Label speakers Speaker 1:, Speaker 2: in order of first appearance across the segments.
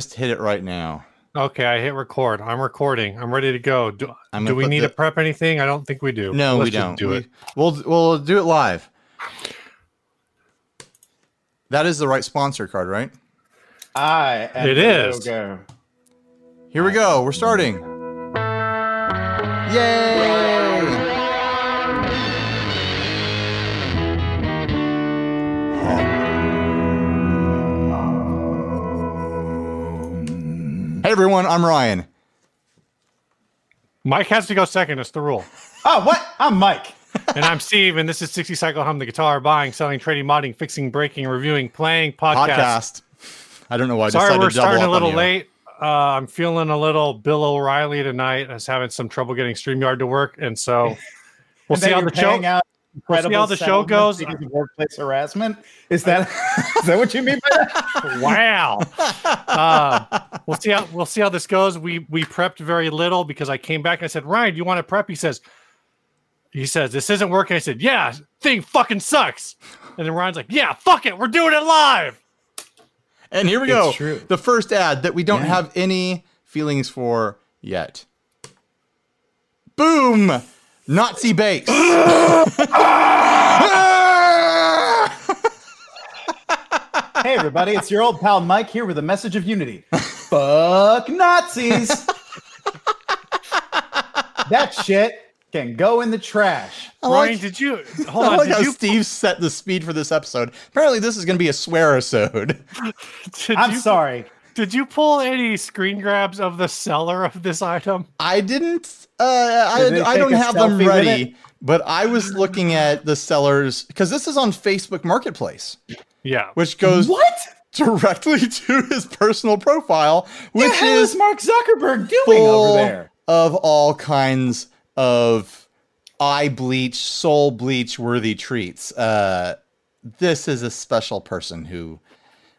Speaker 1: Just hit it right now.
Speaker 2: Okay, I hit record. I'm recording. I'm ready to go. Do,
Speaker 1: I'm
Speaker 2: do
Speaker 1: gonna
Speaker 2: we
Speaker 1: put
Speaker 2: need
Speaker 1: the-
Speaker 2: to prep anything? I don't think we do.
Speaker 1: No,
Speaker 2: Let's
Speaker 1: we
Speaker 2: just
Speaker 1: don't.
Speaker 2: do
Speaker 1: We-
Speaker 2: it.
Speaker 1: We'll we'll do it live. That is the right sponsor card, right?
Speaker 3: I am
Speaker 2: It
Speaker 3: the
Speaker 2: is.
Speaker 3: logo.
Speaker 1: Here we go. We're starting. Yay! Hey everyone, I'm Ryan.
Speaker 2: Mike has to go second. It's the rule.
Speaker 3: Oh, what? I'm Mike.
Speaker 2: and I'm Steve, and this is 60 Cycle Hum, the guitar, buying, selling, trading, modding, fixing, breaking, reviewing, playing, podcast.
Speaker 1: Podcast. I don't know why I
Speaker 2: Sorry,
Speaker 1: decided
Speaker 2: we're
Speaker 1: to double
Speaker 2: starting
Speaker 1: up
Speaker 2: a
Speaker 1: on
Speaker 2: little
Speaker 1: you.
Speaker 2: late. Uh, I'm feeling a little Bill O'Reilly tonight. I was having some trouble getting StreamYard to work, and so we'll
Speaker 3: And then
Speaker 2: see how
Speaker 3: you're
Speaker 2: the show.
Speaker 3: paying out
Speaker 2: we'll see how
Speaker 3: incredible
Speaker 2: the show
Speaker 3: settlements
Speaker 2: goes.
Speaker 3: because of workplace harassment. Is that is that what you mean by that?
Speaker 2: wow. Uh, we'll see how we'll see how this goes. We we prepped very little because I came back and I said, Ryan, do you want to prep? He says, he says this isn't working. I said, yeah, thing fucking sucks. And then Ryan's like, yeah, fuck it, we're doing it live.
Speaker 1: And here we go.
Speaker 3: true.
Speaker 1: The first ad that we don't
Speaker 3: Yeah.
Speaker 1: have any feelings for yet. Boom! Nazi base.
Speaker 3: Hey, everybody, it's your old pal Mike here with a message of unity. Fuck Nazis. that shit can go in the trash.
Speaker 1: like-
Speaker 2: Ryan, did you hold
Speaker 1: I
Speaker 3: Oh,
Speaker 2: on?
Speaker 1: like how
Speaker 2: Did you,
Speaker 1: Steve set the speed for this episode. Apparently, this is going to be a swear episode.
Speaker 2: did
Speaker 3: I'm
Speaker 2: you-
Speaker 3: sorry.
Speaker 2: Did you pull any screen grabs of the seller of this item?
Speaker 1: I didn't. Uh, I,
Speaker 3: Did they
Speaker 1: I
Speaker 3: take
Speaker 1: don't
Speaker 3: a
Speaker 1: have them
Speaker 3: selfie with
Speaker 1: ready, but I was looking at the sellers because this is on Facebook Marketplace,
Speaker 2: Yeah.
Speaker 1: which goes
Speaker 3: What?
Speaker 1: directly to his personal profile, which
Speaker 3: What the hell
Speaker 1: is
Speaker 3: is Mark Zuckerberg doing
Speaker 1: full
Speaker 3: over there?
Speaker 1: of all kinds of eye bleach, soul bleach worthy treats. Uh, this is a special person who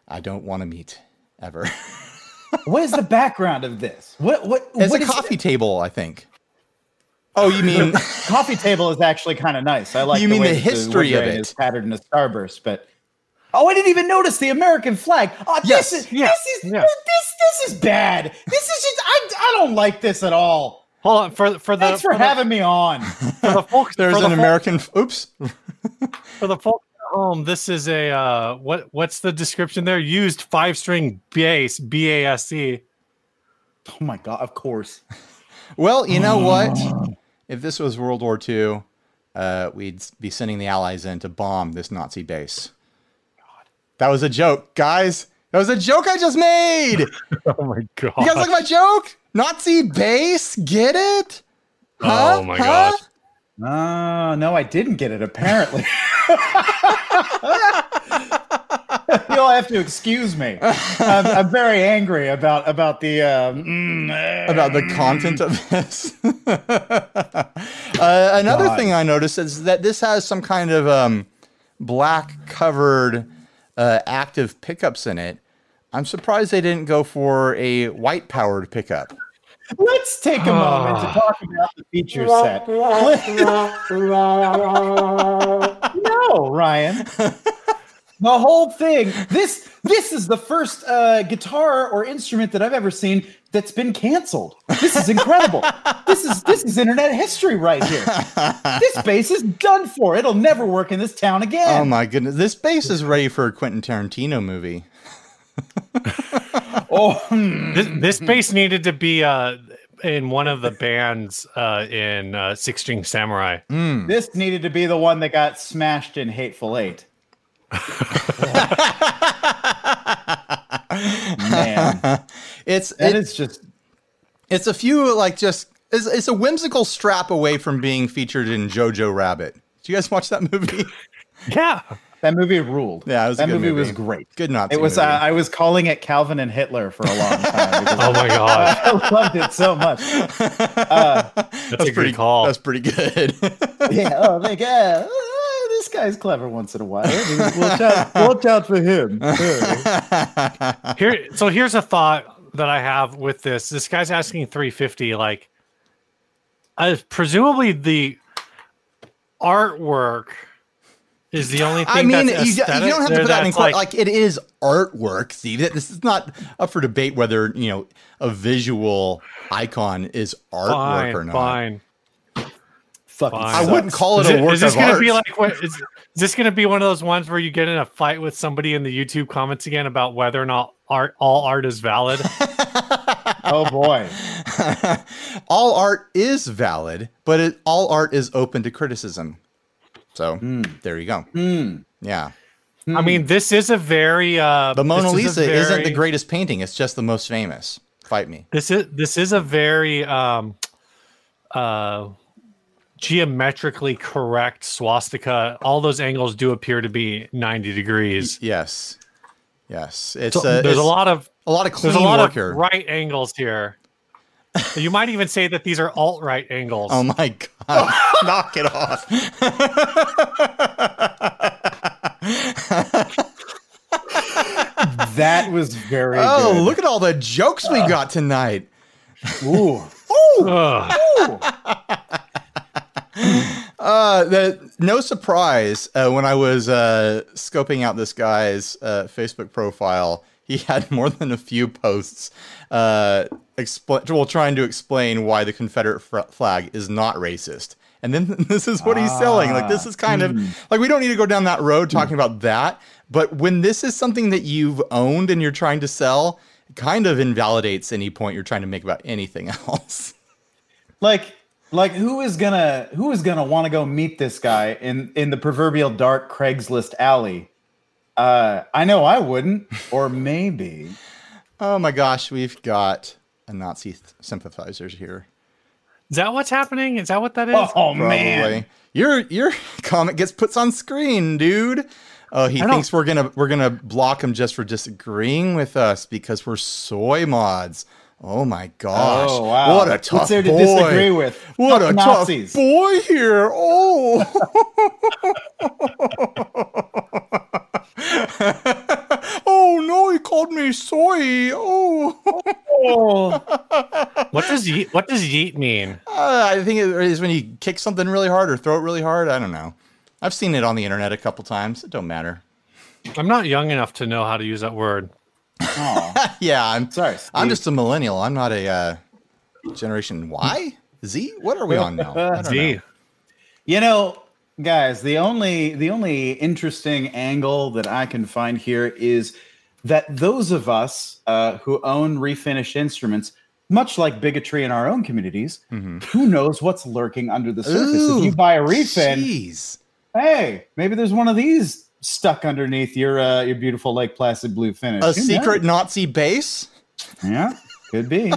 Speaker 1: I don't want to meet ever.
Speaker 3: What is the background of this? What what
Speaker 1: It's
Speaker 3: what
Speaker 1: a
Speaker 3: is-
Speaker 1: coffee table, I think. Oh, you mean
Speaker 3: coffee table is actually kind of nice. I like.
Speaker 1: You
Speaker 3: the
Speaker 1: mean
Speaker 3: way
Speaker 1: the
Speaker 3: that
Speaker 1: history
Speaker 3: wood
Speaker 1: of
Speaker 3: grain
Speaker 1: it.
Speaker 3: is patterned in a starburst, but oh, I didn't even notice the American flag. Oh,
Speaker 1: Yes,
Speaker 3: this is
Speaker 2: yeah,
Speaker 3: this is
Speaker 2: yeah.
Speaker 3: this this is bad. This is just I I don't like this at all.
Speaker 2: Hold on for for the
Speaker 1: Uh,
Speaker 3: Thanks for
Speaker 2: the-
Speaker 3: having me on.
Speaker 1: Oh
Speaker 2: for the folks.
Speaker 1: there's
Speaker 2: for the
Speaker 1: an
Speaker 2: folks-
Speaker 1: American? Oops,
Speaker 2: for the folks at home, this is a uh, what? What's the description there? Used five string bass, B A S E.
Speaker 3: Oh my god! Of course.
Speaker 1: Well, you know what? If this was World War II, uh, we'd be sending the Allies in to bomb this Nazi base. That was a joke, guys. That was a joke I just made. You
Speaker 2: Oh my god!
Speaker 1: guys like my joke? Nazi base? Get it? Huh?
Speaker 2: Oh my
Speaker 1: Huh?
Speaker 2: gosh.
Speaker 3: Oh, no, I didn't get it, apparently. You'll have to excuse me. I'm, I'm very angry about about the um, mm,
Speaker 1: About the content of this. uh, another thing I noticed is that this has some kind of um, black covered uh, active pickups in it. I'm surprised they didn't go for a white powered pickup.
Speaker 3: Let's take a moment to talk about the feature set. no, Ryan. The whole thing. This this is the first uh, guitar or instrument that I've ever seen that's been canceled. This is incredible. this is this is internet history right here. This bass is done for. It'll never work in this town again.
Speaker 1: Oh my goodness. This bass is ready for a Quentin Tarantino movie.
Speaker 3: Oh, hmm.
Speaker 2: This, this bass needed to be uh, in one of the bands uh, in uh, Six String Samurai.
Speaker 3: this needed to be the one that got smashed in Hateful Eight. Man.
Speaker 1: It's
Speaker 3: That
Speaker 1: it-
Speaker 3: is just
Speaker 1: it's a few like just it's, it's a whimsical strap away from being featured in Jojo Rabbit. Did you guys watch that movie?
Speaker 2: Yeah,
Speaker 3: that movie ruled.
Speaker 1: Yeah, it was a
Speaker 3: that
Speaker 1: good
Speaker 3: movie,
Speaker 1: movie.
Speaker 3: was great.
Speaker 1: Good Nazi
Speaker 3: It was. Uh,
Speaker 1: movie.
Speaker 3: I was calling it Calvin and Hitler for a long time. because
Speaker 2: Oh my god,
Speaker 3: I loved it so much.
Speaker 2: that's, a
Speaker 1: pretty
Speaker 2: good call.
Speaker 1: That's pretty good.
Speaker 3: Yeah. Oh my god. Ah, This guy's clever once in a while. Watch out, watch out for him.
Speaker 2: Here, so here's a thought that I have with this. This guy's asking 350. Like, uh, presumably the artwork is the only thing.
Speaker 1: I mean, you,
Speaker 2: that's
Speaker 1: d- you
Speaker 2: aesthetic
Speaker 1: don't have to
Speaker 2: there
Speaker 1: put that in
Speaker 2: that's
Speaker 1: quite,
Speaker 2: like-
Speaker 1: like, it is artwork, Steve. That- This is not up for debate whether you know a visual icon is artwork
Speaker 2: fine,
Speaker 1: or not.
Speaker 2: fine.
Speaker 3: Fucking
Speaker 2: Fine.
Speaker 1: I
Speaker 3: sucks.
Speaker 1: wouldn't call it
Speaker 2: Is,
Speaker 1: a
Speaker 2: it-
Speaker 1: work
Speaker 2: is this
Speaker 1: of
Speaker 2: gonna
Speaker 1: art.
Speaker 2: be like what is, is this gonna be one of those ones where you get in a fight with somebody in the YouTube comments again about whether or not art all art is valid?
Speaker 3: Oh boy.
Speaker 1: all art is valid, but it, all art is open to criticism. So
Speaker 2: Hmm.
Speaker 1: there you go. Yeah,
Speaker 2: I mean, this is a very uh
Speaker 1: the Mona
Speaker 2: this is a
Speaker 1: Lisa isn't the
Speaker 2: very-
Speaker 1: greatest painting; it's just the most famous. Fight me.
Speaker 2: This is this is a very um uh geometrically correct swastika. All those angles do appear to be 90 degrees.
Speaker 1: Yes, yes. It's
Speaker 2: So
Speaker 1: uh,
Speaker 2: there's
Speaker 1: it's
Speaker 2: a lot of
Speaker 1: a lot of clean
Speaker 2: there's a lot
Speaker 1: work
Speaker 2: of
Speaker 1: here.
Speaker 2: right angles here. you might even say that these are alt right angles.
Speaker 1: Oh my god! Knock it off.
Speaker 3: That was very
Speaker 1: Oh,
Speaker 3: good.
Speaker 1: look at all the jokes we got tonight.
Speaker 3: Ooh.
Speaker 2: Ugh.
Speaker 1: Uh, the, no surprise uh, when I was uh, scoping out this guy's uh, Facebook profile, he had more than a few posts uh, expl- well, trying to explain why the Confederate fr- flag is not racist. And then this is what he's selling. Like, this is kind of like we don't need to go down that road talking about that. But when this is something that you've owned and you're trying to sell, it kind of invalidates any point you're trying to make about anything else.
Speaker 3: Like like who is gonna who is gonna want to go meet this guy in in the proverbial dark Craigslist alley? Uh I know I wouldn't, or maybe.
Speaker 1: Oh my gosh, we've got a Nazi th- sympathizers here.
Speaker 2: Is that what's happening? Is that what that is?
Speaker 3: Oh
Speaker 1: Probably.
Speaker 3: man.
Speaker 1: Your your comment gets puts on screen, dude. Oh, he
Speaker 2: I don't-
Speaker 1: thinks we're gonna we're gonna block him just for disagreeing with us because we're soy mods. Oh my gosh!
Speaker 3: Oh wow.
Speaker 1: What a tough
Speaker 3: What's there to
Speaker 1: boy!
Speaker 3: disagree with?
Speaker 1: What
Speaker 3: Fuck
Speaker 1: a
Speaker 3: Nazis.
Speaker 1: tough boy here! Oh. oh no, he called me soy. Oh.
Speaker 2: What does yeet, what does yeet mean?
Speaker 1: Uh, I think it is when you kick something really hard or throw it really hard. I don't know. I've seen it on the internet a couple times. It don't matter.
Speaker 2: I'm not young enough to know how to use that word.
Speaker 3: Aw,
Speaker 1: yeah, I'm
Speaker 3: sorry.
Speaker 1: I'm
Speaker 3: Steve.
Speaker 1: just a millennial. I'm not a uh, generation Y Z. What are we on now? I don't
Speaker 2: Z.
Speaker 1: know.
Speaker 3: You know, guys, the only the only interesting angle that I can find here is that those of us uh, who own refinished instruments, much like bigotry in our own communities, who knows what's lurking under the surface?
Speaker 1: Mm-hmm. Ooh,
Speaker 3: if you buy a refin,
Speaker 1: Jeez.
Speaker 3: hey, maybe there's one of these stuck underneath your uh, your beautiful Lake Placid blue finish.
Speaker 1: A
Speaker 3: Who
Speaker 1: secret
Speaker 3: knows?
Speaker 1: Nazi base.
Speaker 3: yeah, could be.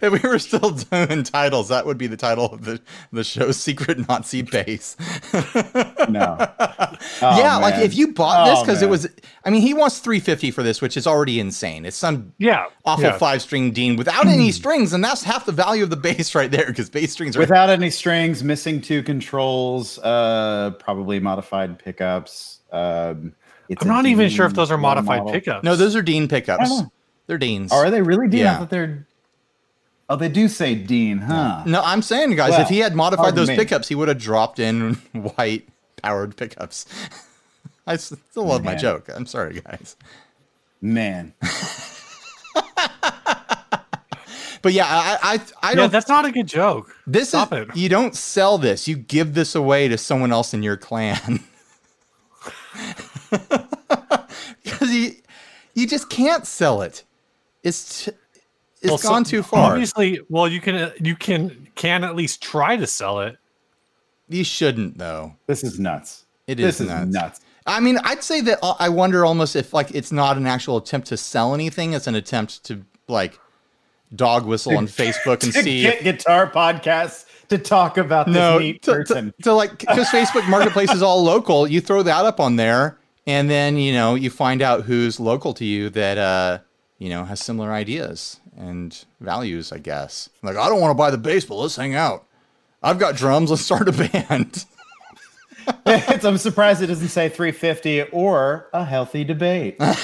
Speaker 1: if we were still doing titles, that would be the title of the the show: Secret Nazi Base.
Speaker 3: No.
Speaker 1: yeah, like if you bought this
Speaker 3: Oh,
Speaker 1: because it
Speaker 3: man.
Speaker 1: was. I mean, he wants three fifty for this, which is already insane. It's some
Speaker 2: Yeah.
Speaker 1: awful
Speaker 2: yeah.
Speaker 1: five string Dean without any
Speaker 3: Hmm.
Speaker 1: strings, and that's half the value of the bass right there because bass strings are.
Speaker 3: without any strings missing two controls uh probably modified pickups um it's
Speaker 2: I'm
Speaker 3: a
Speaker 2: not even sure if
Speaker 3: Dean
Speaker 2: those are
Speaker 3: role
Speaker 2: modified
Speaker 3: model.
Speaker 2: pickups.
Speaker 1: no, those are Dean pickups.
Speaker 3: I know.
Speaker 1: They're Deans.
Speaker 3: Oh, are they really dean
Speaker 1: Yeah.
Speaker 3: i thought they're oh they do say dean huh
Speaker 1: No, I'm saying, guys,
Speaker 3: Well,
Speaker 1: if he had modified
Speaker 3: pardon
Speaker 1: those
Speaker 3: me.
Speaker 1: pickups, he would have dropped in white powered pickups. I s- still love my
Speaker 3: Man.
Speaker 1: joke. I'm sorry, guys.
Speaker 3: man
Speaker 1: But yeah, I, I, I
Speaker 2: Yeah,
Speaker 1: don't.
Speaker 2: that's not a good joke.
Speaker 1: this
Speaker 2: stop
Speaker 1: is
Speaker 2: it.
Speaker 1: you don't sell this. You give this away to someone else in your clan. Because you, you just can't sell it. It's t- it's
Speaker 2: Well, so-
Speaker 1: gone too far.
Speaker 2: Obviously, well, you can uh, you can can at least try to sell it.
Speaker 1: You shouldn't though.
Speaker 3: this is nuts
Speaker 1: It
Speaker 3: this
Speaker 1: is nuts.
Speaker 3: nuts
Speaker 1: I mean, I'd say that uh, I wonder almost if like it's not an actual attempt to sell anything; it's an attempt to like dog whistle on Facebook and
Speaker 3: To
Speaker 1: see.
Speaker 3: get guitar podcasts to talk about this
Speaker 1: no,
Speaker 3: neat
Speaker 1: to,
Speaker 3: person
Speaker 1: to, to like because Facebook Marketplace is all local. You throw that up on there, and then you know you find out who's local to you that uh you know has similar ideas and values. I guess like I don't want to buy the baseball. Let's hang out. I've got drums. Let's start a band.
Speaker 3: It's- i'm surprised it doesn't say 350 or a healthy debate
Speaker 1: Uh,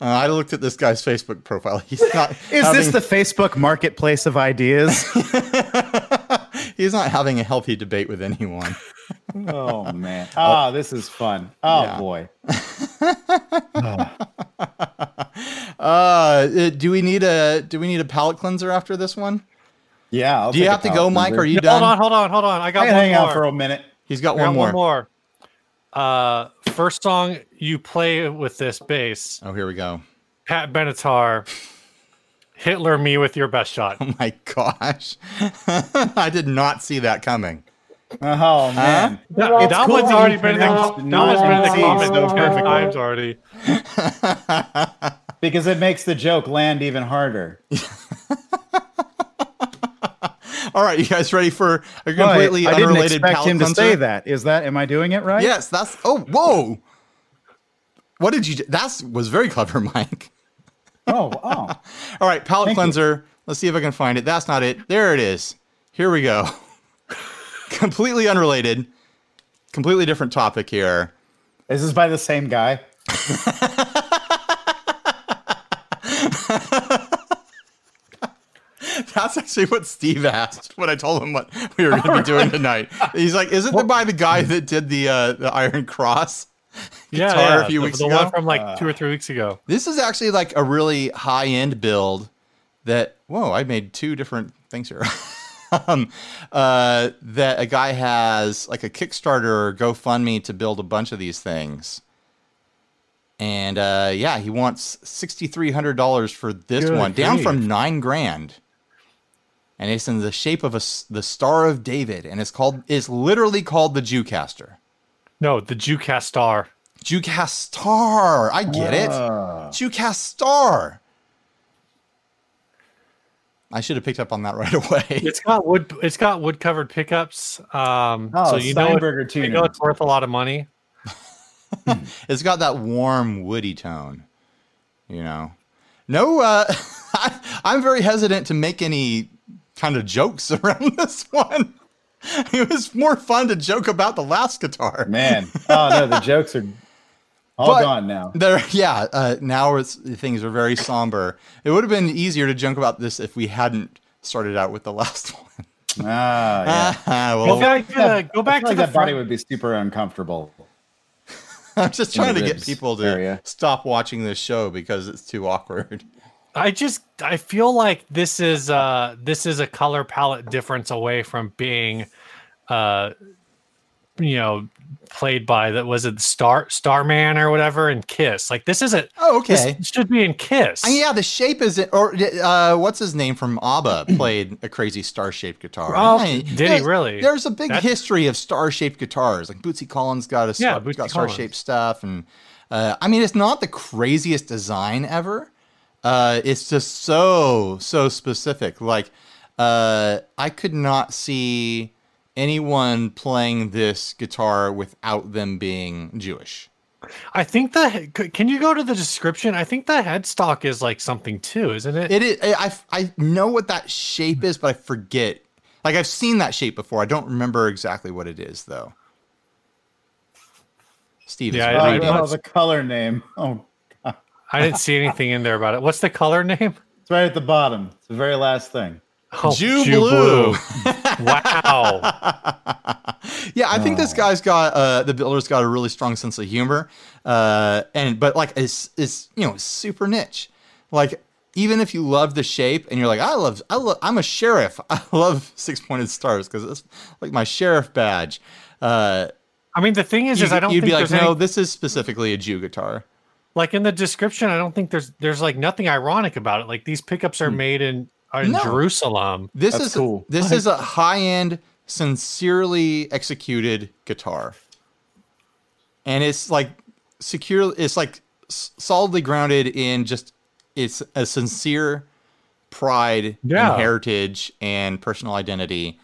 Speaker 1: I looked at this guy's Facebook profile. He's not.
Speaker 3: is
Speaker 1: having-
Speaker 3: this the facebook marketplace of ideas
Speaker 1: He's not having a healthy debate with anyone.
Speaker 3: Oh man. Oh, this is fun. Oh
Speaker 1: Yeah.
Speaker 3: boy.
Speaker 1: Uh, do we need a do we need a palate cleanser after this one?
Speaker 3: Yeah. I'll
Speaker 1: Do you
Speaker 3: take a
Speaker 1: have to
Speaker 3: power
Speaker 1: go, Mike?
Speaker 3: cleanser.
Speaker 1: Are you
Speaker 2: No,
Speaker 1: done?
Speaker 2: Hold on, hold on, hold on. I got
Speaker 3: I can
Speaker 2: one
Speaker 3: hang
Speaker 2: more.
Speaker 3: out for a minute.
Speaker 1: He's got
Speaker 2: I
Speaker 1: one
Speaker 2: got
Speaker 1: more.
Speaker 2: one more. Uh, first song you play with this bass,
Speaker 1: Oh, here we go.
Speaker 2: Pat Benatar, Hitler Me with Your Best Shot.
Speaker 1: Oh my gosh, I did not see that coming.
Speaker 3: Oh man.
Speaker 2: That,
Speaker 4: Well,
Speaker 2: that
Speaker 4: it's
Speaker 2: one's
Speaker 4: cool.
Speaker 2: already been in the,
Speaker 4: It's
Speaker 2: that
Speaker 3: not
Speaker 2: one's been in the comments
Speaker 3: conceived
Speaker 4: so
Speaker 2: ten
Speaker 4: perfectly.
Speaker 2: times already.
Speaker 3: Because it makes the joke land even harder.
Speaker 1: All right, you guys ready for a
Speaker 3: But
Speaker 1: completely
Speaker 3: I didn't
Speaker 1: unrelated
Speaker 3: expect
Speaker 1: palate
Speaker 3: him to
Speaker 1: cleanser?
Speaker 3: say that. Is that am I doing it right?
Speaker 1: Yes, that's. Oh, whoa! What did you? That was very clever, Mike.
Speaker 3: Oh, oh.
Speaker 1: All right, palate
Speaker 3: Thank you.
Speaker 1: cleanser. Let's see if I can find it. That's not it. There it is. Here we go. completely unrelated, completely different topic here.
Speaker 3: Is this by the same guy?
Speaker 1: That's actually what Steve asked when I told him what we were going to be doing tonight. He's like, "Isn't it by the guy that did the uh, the Iron Cross?"
Speaker 2: Yeah,
Speaker 1: Guitar a
Speaker 2: yeah,
Speaker 1: few
Speaker 2: the,
Speaker 1: weeks
Speaker 2: the
Speaker 1: ago?
Speaker 2: one from like two or three weeks ago.
Speaker 1: This is actually like a really high end build. That whoa, I made two different things here. um, uh, that a guy has like a Kickstarter or GoFundMe to build a bunch of these things. And uh, yeah, he wants sixty three hundred dollars for this
Speaker 2: Good
Speaker 1: one, down
Speaker 2: grief.
Speaker 1: from nine grand. And it's in the shape of a s- the Star of David, and it's called it's literally called the Jewcaster.
Speaker 2: No, the Jewcast Star.
Speaker 1: Jewcastar, I get it.
Speaker 3: Uh,
Speaker 1: Jewcastar. I should have picked up on that right away.
Speaker 2: It's got wood. It's got wood covered pickups. Um,
Speaker 3: Oh,
Speaker 2: so you know,
Speaker 3: Steinberger
Speaker 2: it- you
Speaker 3: tuner.
Speaker 2: know it's worth a lot of money.
Speaker 1: It's got that warm woody tone, you know. No, uh, I, I'm very hesitant to make any kind of jokes around this one. It was more fun to joke about the last guitar.
Speaker 3: man. Oh no, the jokes are all
Speaker 1: But-
Speaker 3: gone now.
Speaker 1: There, yeah. Uh, now it's, things are very somber. It would have been easier to joke about this if we hadn't started out with the last one.
Speaker 3: Ah,
Speaker 1: Uh,
Speaker 3: yeah.
Speaker 2: Go
Speaker 1: well,
Speaker 2: back to the, go
Speaker 3: I
Speaker 2: back
Speaker 3: feel
Speaker 2: to
Speaker 3: like
Speaker 2: the
Speaker 3: that body
Speaker 2: front.
Speaker 3: would be super uncomfortable.
Speaker 1: I'm just trying to
Speaker 3: the
Speaker 1: get
Speaker 3: ribs
Speaker 1: people to
Speaker 3: area.
Speaker 1: stop watching this show because it's too awkward.
Speaker 2: I just I feel like this is uh this is a color palette difference away from being, uh, you know, played by that was it Star Starman or whatever and Kiss. Like this isn't.
Speaker 1: Oh,
Speaker 2: this should be in Kiss.
Speaker 1: And yeah, the shape is it, or uh, what's his name from ABBA played a crazy star-shaped guitar.
Speaker 2: Oh,
Speaker 1: Hey,
Speaker 2: did he
Speaker 1: there's-
Speaker 2: really?
Speaker 1: There's a big
Speaker 2: That's-
Speaker 1: history of star-shaped guitars. Like Bootsy Collins got a star,
Speaker 2: Yeah, Bootsy
Speaker 1: got
Speaker 2: Collins.
Speaker 1: star-shaped stuff, and uh, I mean, it's not the craziest design ever. Uh, it's just so so specific. Like uh, I could not see anyone playing this guitar without them being Jewish.
Speaker 2: I think the c- can you go to the description? I think the headstock is like something too, isn't it?
Speaker 1: It is. I, I I know what that shape is, but I forget. Like I've seen that shape before. I don't remember exactly what it is though. Steve. is
Speaker 2: Yeah,
Speaker 1: right.
Speaker 3: Oh,
Speaker 2: I
Speaker 3: I
Speaker 2: think
Speaker 3: don't know
Speaker 2: that's-
Speaker 3: the color name. Oh,
Speaker 2: I didn't see anything in there about it. What's the color name?
Speaker 3: it's right at the bottom. It's the very last thing.
Speaker 2: Oh,
Speaker 1: Jew blue.
Speaker 2: wow.
Speaker 1: yeah. I think this guy's got uh, the builder's got a really strong sense of humor, uh, and but like it's it's you know it's super niche. Like even if you love the shape and you're like I love I love I'm a sheriff I love six pointed stars because it's like my sheriff badge. Uh,
Speaker 2: I mean, the thing is,
Speaker 1: you,
Speaker 2: is I don't
Speaker 1: you'd
Speaker 2: think
Speaker 1: be like
Speaker 2: there's
Speaker 1: no,
Speaker 2: any,
Speaker 1: this is specifically a Jew guitar.
Speaker 2: like in the description. I don't think there's there's like nothing ironic about it. Like these pickups are made in are in
Speaker 1: Hmm. No.
Speaker 2: Jerusalem.
Speaker 1: This
Speaker 3: That's
Speaker 1: is
Speaker 3: cool.
Speaker 1: this is a high end, sincerely executed guitar, and it's like secure. It's like s- solidly grounded in just it's a sincere pride
Speaker 2: Yeah.
Speaker 1: and heritage and personal identity,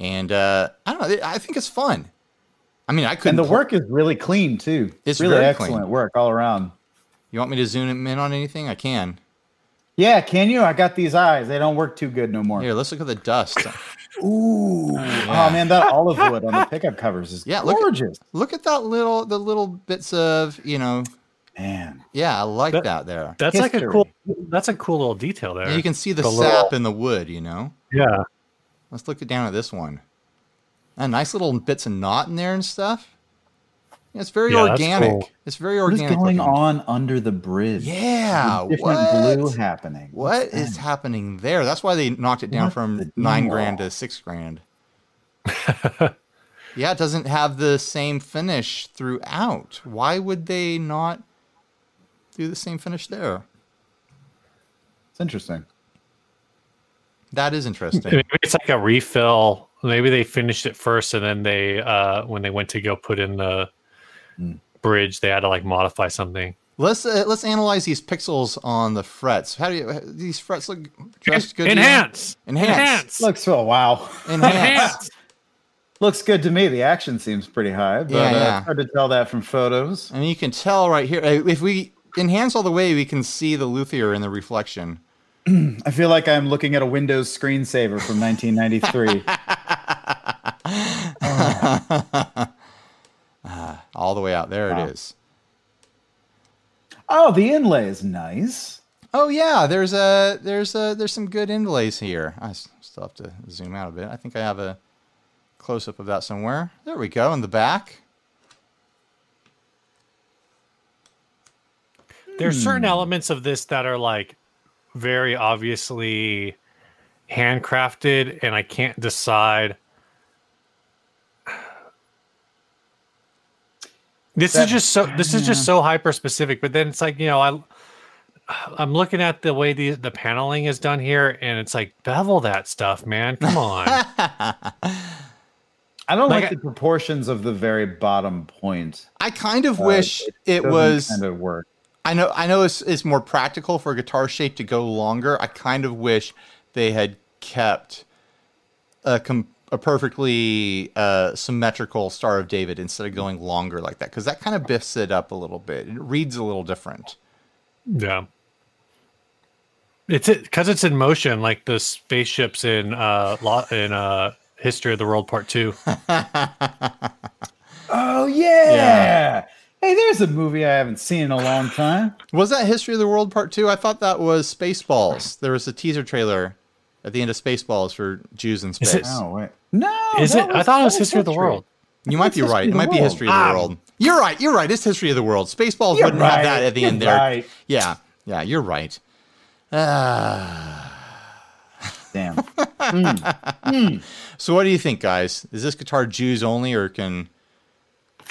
Speaker 1: and uh, I don't know. I think it's fun. I mean, I couldn't.
Speaker 3: And the
Speaker 1: pl-
Speaker 3: work is really clean too.
Speaker 1: It's
Speaker 3: really
Speaker 1: very
Speaker 3: excellent
Speaker 1: clean.
Speaker 3: work all around.
Speaker 1: You want me to zoom in on anything? I can.
Speaker 3: Yeah, can you? I got these eyes. They don't work too good no more.
Speaker 1: Here, let's look at the dust.
Speaker 3: Ooh. Oh man, that olive wood on the pickup covers is
Speaker 1: Yeah, look at-
Speaker 3: gorgeous.
Speaker 1: look at that little the little bits of you know.
Speaker 3: Man.
Speaker 1: Yeah, I like
Speaker 2: That-
Speaker 1: that there.
Speaker 2: That's like a
Speaker 3: History.
Speaker 2: cool. That's a cool little detail there.
Speaker 1: Yeah, you can see the,
Speaker 2: The
Speaker 1: sap
Speaker 2: little-
Speaker 1: in the wood, you know?
Speaker 2: yeah.
Speaker 1: Let's look down at this one. Uh, nice little bits of knot in there and stuff. Yeah, It's very
Speaker 2: Yeah, that's
Speaker 1: organic.
Speaker 2: cool.
Speaker 1: It's very
Speaker 3: What is
Speaker 1: organic.
Speaker 3: going
Speaker 1: looking.
Speaker 3: on under the bridge?
Speaker 1: Yeah.
Speaker 3: Different
Speaker 1: What?
Speaker 3: blue happening.
Speaker 1: What is happening there? That's why they knocked it down
Speaker 3: What
Speaker 1: from
Speaker 3: the
Speaker 1: nine
Speaker 3: deal?
Speaker 1: grand to six grand. yeah, it doesn't have the same finish throughout. Why would they not do the same finish there?
Speaker 3: It's interesting.
Speaker 1: That is interesting.
Speaker 2: Maybe it's like a refill. Maybe they finished it first, and then they, uh, when they went to go put in the bridge, they had to like modify something.
Speaker 1: Let's uh, let's analyze these pixels on the frets. How do you, these frets look just good? to you?
Speaker 2: Enhance,
Speaker 1: Enhance.
Speaker 3: Looks oh wow.
Speaker 1: enhance.
Speaker 2: enhance.
Speaker 3: Looks good to me. The action seems pretty high, but
Speaker 1: Yeah,
Speaker 3: uh,
Speaker 1: yeah.
Speaker 3: it's hard to tell that from photos.
Speaker 1: I mean, you can tell right here. uh, If we enhance all the way, we can see the luthier in the reflection.
Speaker 3: I feel like I'm looking at a Windows screensaver from 1993.
Speaker 1: All the way out there
Speaker 3: Wow.
Speaker 1: it is.
Speaker 3: oh, the inlay is nice.
Speaker 1: Oh yeah, there's a there's a there's some good inlays here. I s- still have to zoom out a bit. I think I have a close up of that somewhere. There we go in the back.
Speaker 2: There's certain elements of this that are like very obviously handcrafted, and I can't decide. This is
Speaker 3: That-
Speaker 2: just so. This is just so hyper specific. But then it's like you know I. I'm looking at the way the the paneling is done here, and it's like bevel that stuff, man. Come on.
Speaker 3: I don't
Speaker 2: Like
Speaker 3: like,
Speaker 2: I-
Speaker 3: the proportions of the very bottom point.
Speaker 1: I kind of wish
Speaker 3: Uh, it
Speaker 1: it was.
Speaker 3: kind of work.
Speaker 1: I know I know it's, it's more practical for guitar shape to go longer. I kind of wish they had kept a com- a perfectly uh, symmetrical Star of David instead of going longer like that because that kind of biffs it up a little bit. It reads a little different.
Speaker 2: yeah. It's it because it's in motion, like the spaceships in uh lot in uh History of the World Part Two.
Speaker 3: Oh yeah. Hey, there's a movie I haven't seen in a long time.
Speaker 1: Was that History of the World Part Two? I thought that was Spaceballs. There was a teaser trailer at the end of Spaceballs for Jews in
Speaker 2: Is
Speaker 1: space.
Speaker 2: it-
Speaker 3: Oh wait, no.
Speaker 2: Is
Speaker 3: that
Speaker 2: it? I thought it was
Speaker 3: that
Speaker 2: History of the
Speaker 3: Century.
Speaker 2: World.
Speaker 1: you might be
Speaker 3: History
Speaker 1: right.
Speaker 3: of
Speaker 1: It
Speaker 3: the
Speaker 1: might be
Speaker 3: World.
Speaker 1: History of the
Speaker 2: Ah.
Speaker 1: World. You're right. You're right. It's History of the World. Spaceballs
Speaker 3: You're
Speaker 1: wouldn't have that
Speaker 3: right,
Speaker 1: at the
Speaker 3: you're
Speaker 1: end there.
Speaker 3: right.
Speaker 1: Yeah. Yeah. You're right.
Speaker 3: Damn.
Speaker 1: So what do you think, guys? Is this guitar Jews only, or can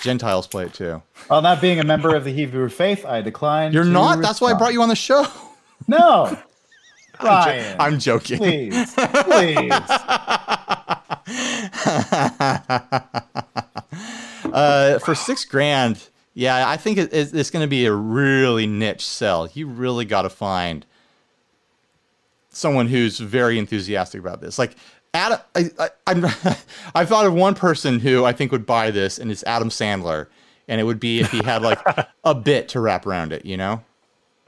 Speaker 1: Gentiles play it too?
Speaker 3: Well, not being a member of the Hebrew faith, I decline.
Speaker 1: You're not. That's why I brought you on the show.
Speaker 3: No, Ryan.
Speaker 1: I'm joking.
Speaker 3: please, please.
Speaker 1: Uh, for six grand, yeah, I think it, it's, it's going to be a really niche sell. You really got to find someone who's very enthusiastic about this. Like Adam, I, I, I'm, I've thought of one person who I think would buy this, and it's Adam Sandler. And it would be if he had like a bit to wrap around it, you know?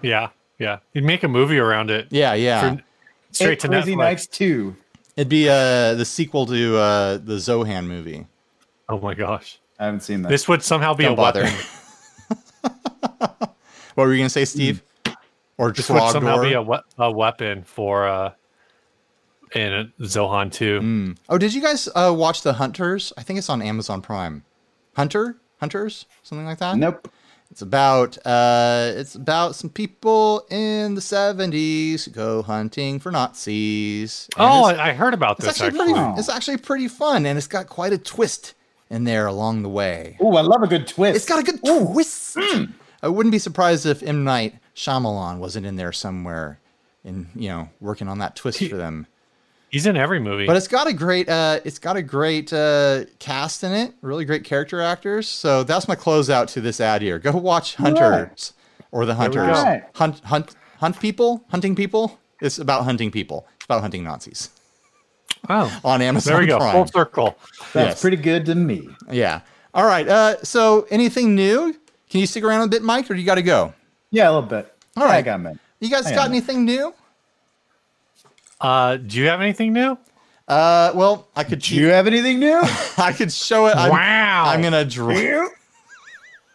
Speaker 2: Yeah, yeah. You'd make a movie around it.
Speaker 1: Yeah, yeah.
Speaker 2: For- straight to
Speaker 3: Eight Crazy
Speaker 2: Netflix.
Speaker 3: Nights Two.
Speaker 1: It'd be uh, the sequel to uh, the Zohan movie.
Speaker 2: Oh my gosh,
Speaker 3: I haven't seen that.
Speaker 2: this would somehow be
Speaker 1: Don't
Speaker 2: a
Speaker 1: bother.
Speaker 2: weapon.
Speaker 1: what were you gonna say, Steve? Or
Speaker 2: Hmm. This would somehow be a,
Speaker 1: Trogdor?
Speaker 2: we- a weapon for uh in Zohan too.
Speaker 1: Oh, did you guys uh, watch The Hunters? I think it's on Amazon Prime. Hunter, Hunters, something like that.
Speaker 3: nope.
Speaker 1: It's about uh, it's about some people in the '70s who go hunting for Nazis. And
Speaker 2: Oh,
Speaker 1: it's,
Speaker 2: I, I heard about
Speaker 1: it's
Speaker 2: this
Speaker 1: actually
Speaker 2: actually.
Speaker 1: pretty.
Speaker 3: actually-
Speaker 1: It's actually pretty fun, and it's got quite a twist in there along the way.
Speaker 3: Ooh, I love a good twist.
Speaker 1: It's got a good twist.
Speaker 2: Hmm.
Speaker 1: I wouldn't be surprised if M Night Shyamalan wasn't in there somewhere, and you know, working on that twist for them.
Speaker 2: He's in every movie.
Speaker 1: But it's got a great, uh, it's got a great uh, cast in it. Really great character actors. So that's my closeout to this ad here. Go watch Hunters or the
Speaker 2: we
Speaker 1: Hunters.
Speaker 2: go.
Speaker 3: Alright.
Speaker 1: Hunt, hunt, hunt people, hunting people. It's about hunting people. It's about hunting Nazis
Speaker 2: oh,
Speaker 1: on Amazon.
Speaker 2: there we go.
Speaker 1: Prime.
Speaker 2: Full circle.
Speaker 3: That's
Speaker 1: yes.
Speaker 3: pretty good to me.
Speaker 1: Yeah. All right. Uh, so anything new? Can you stick around a bit, Mike, or do you got to go?
Speaker 3: Yeah, a little bit.
Speaker 1: All right.
Speaker 3: I got me.
Speaker 1: You guys
Speaker 3: I
Speaker 1: got
Speaker 3: am.
Speaker 1: anything new?
Speaker 2: Uh, do you have anything new?
Speaker 1: Uh, well, I could
Speaker 3: Do you have anything new?
Speaker 1: I could show it. I'm,
Speaker 2: Wow.
Speaker 1: I'm gonna drop.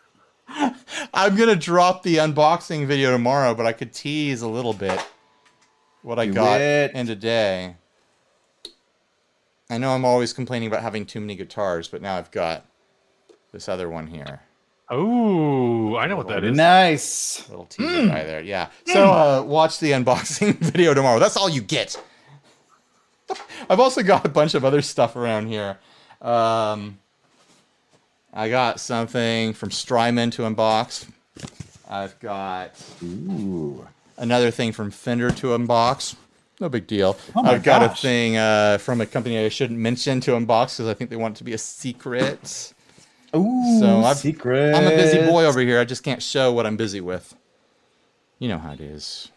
Speaker 1: I'm gonna drop the unboxing video tomorrow, but I could tease a little bit what I
Speaker 3: Do
Speaker 1: got
Speaker 3: it.
Speaker 1: in today. I know I'm always complaining about having too many guitars, but now I've got this other one here.
Speaker 2: Oh, I know what that is.
Speaker 3: Nice.
Speaker 1: Little teaser guy there. Yeah. So uh, watch the unboxing video tomorrow. That's all you get. I've also got a bunch of other stuff around here. Um, I got something from Strymon to unbox. I've got
Speaker 3: Ooh.
Speaker 1: another thing from Fender to unbox. No big deal.
Speaker 3: Oh my
Speaker 1: I've got
Speaker 3: gosh.
Speaker 1: a thing uh, from a company I shouldn't mention to unbox because I think they want it to be a secret.
Speaker 3: Ooh.
Speaker 1: So I've-
Speaker 3: secret.
Speaker 1: I'm a busy boy over here. I just can't show what I'm busy with. You know how it is.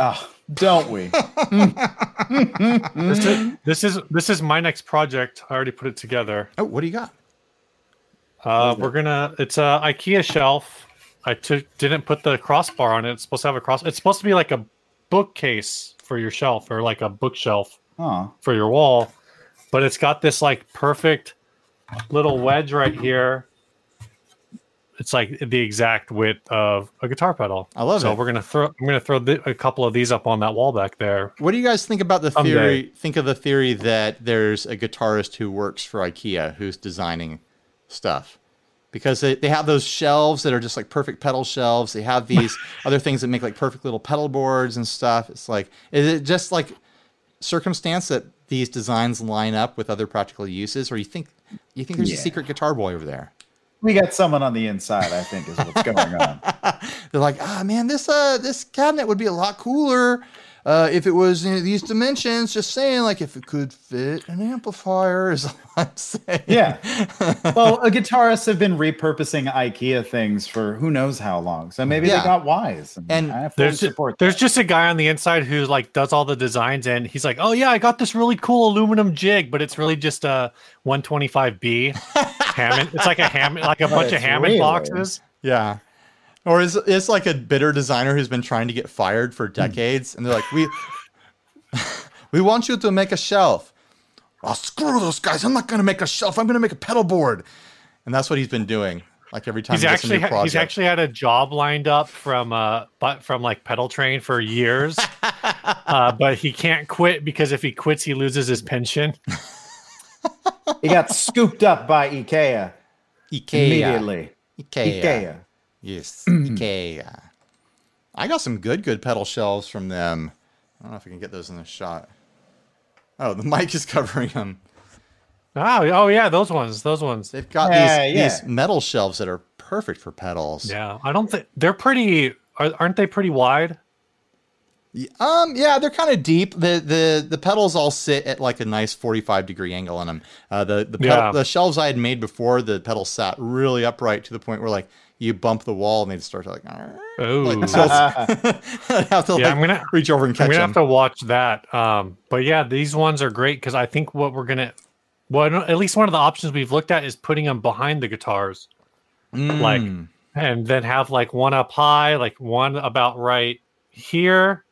Speaker 3: Ah, don't we?
Speaker 2: This is, this is this is my next project. I already put it together.
Speaker 1: Oh, what do you got?
Speaker 2: Uh, we're gonna. It's a IKEA shelf. I took didn't put the crossbar on it. It's supposed to have a cross. It's supposed to be like a bookcase for your shelf or like a bookshelf
Speaker 3: Huh.
Speaker 2: for your wall, but it's got this like perfect little wedge right here. It's like the exact width of a guitar pedal.
Speaker 1: I love
Speaker 2: so
Speaker 1: it.
Speaker 2: we're gonna throw. I'm gonna throw th- a couple of these up on that wall back there.
Speaker 1: What do you guys think about the
Speaker 2: Someday.
Speaker 1: theory? Think of the theory that there's a guitarist who works for IKEA who's designing stuff. Because they, they have those shelves that are just like perfect pedal shelves. They have these other things that make like perfect little pedal boards and stuff. It's like, is it just like circumstance that these designs line up with other practical uses? Or you think you think there's
Speaker 3: Yeah.
Speaker 1: a secret guitar boy over there?
Speaker 3: We got someone on the inside, I think, is what's going on.
Speaker 1: They're like, ah, man, this uh, this cabinet would be a lot cooler uh, if it was you know, these dimensions. Just saying, like, if it could fit an amplifier, is all I'm saying.
Speaker 3: Yeah. Well, uh, guitarists have been repurposing IKEA things for who knows how long. So maybe
Speaker 1: Yeah.
Speaker 3: they got wise. And,
Speaker 1: And
Speaker 3: I fully
Speaker 2: There's just,
Speaker 3: support
Speaker 2: there's
Speaker 3: that.
Speaker 2: just a guy on the inside who like does all the designs and he's like, "Oh yeah, I got this really cool aluminum jig, but it's really just a 125B Hammond. It's like a Hammond, like a bunch of
Speaker 3: it's
Speaker 2: Hammond
Speaker 3: really-
Speaker 2: boxes."
Speaker 1: yeah. Or is it's like a bitter designer who's been trying to get fired for decades, and they're like, we we want you to make a shelf. Oh, screw those guys! I'm not gonna make a shelf. I'm gonna make a pedal board, and that's what he's been doing. Like every time
Speaker 2: He's
Speaker 1: he gets a
Speaker 2: actually
Speaker 1: new
Speaker 2: ha- he's
Speaker 1: project.
Speaker 2: actually had a job lined up from uh but from like pedal train for years, uh, but he can't quit because if he quits, he loses his pension.
Speaker 3: He got scooped up by IKEA
Speaker 1: Ikea.
Speaker 3: immediately.
Speaker 1: Ikea.
Speaker 3: IKEA.
Speaker 1: Yes, Ikea. I got some good, good pedal shelves from them. I don't know if I can get those in the shot. Oh, the mic is covering them.
Speaker 2: Oh oh yeah, those ones, those ones.
Speaker 1: They've got
Speaker 3: Yeah,
Speaker 1: these,
Speaker 3: yeah.
Speaker 1: these metal shelves that are perfect for pedals.
Speaker 2: Yeah, I don't think they're pretty. are- Aren't they pretty wide?
Speaker 1: Y- Um, yeah, they're kind of deep. The the the pedals all sit at like a nice 45 degree angle on them. Uh, the the, pedal,
Speaker 2: Yeah.
Speaker 1: the shelves I had made before, the pedals sat really upright to the point where like you bump the wall and they'd start to like,
Speaker 2: Oh,
Speaker 1: like so I'd have to
Speaker 2: Yeah,
Speaker 1: like,
Speaker 2: I'm gonna-
Speaker 1: reach over and catch
Speaker 2: I'm gonna
Speaker 1: them.
Speaker 2: have to watch that. Um, but yeah, these ones are great because I think what we're gonna, well, I don't- at least one of the options we've looked at is putting them behind the guitars,
Speaker 3: Hmm.
Speaker 2: like, and then have like one up high, like one about right here,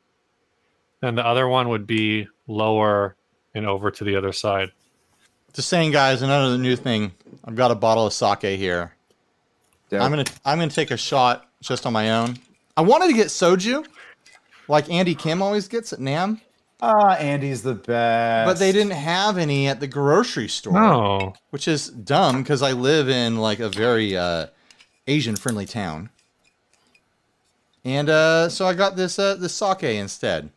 Speaker 2: and the other one would be lower and over to the other side.
Speaker 1: Just saying, guys. Another new thing. I've got a bottle of sake here. I'm gonna I'm gonna take a shot just on my own. I wanted to get soju, like Andy Kim always gets at Nam,
Speaker 3: Ah, Andy's the best.
Speaker 1: but they didn't have any at the grocery
Speaker 3: Oh.
Speaker 1: store,
Speaker 2: No,
Speaker 1: which is dumb because I live in like a very uh, Asian friendly town. And uh, so I got this uh, this sake instead.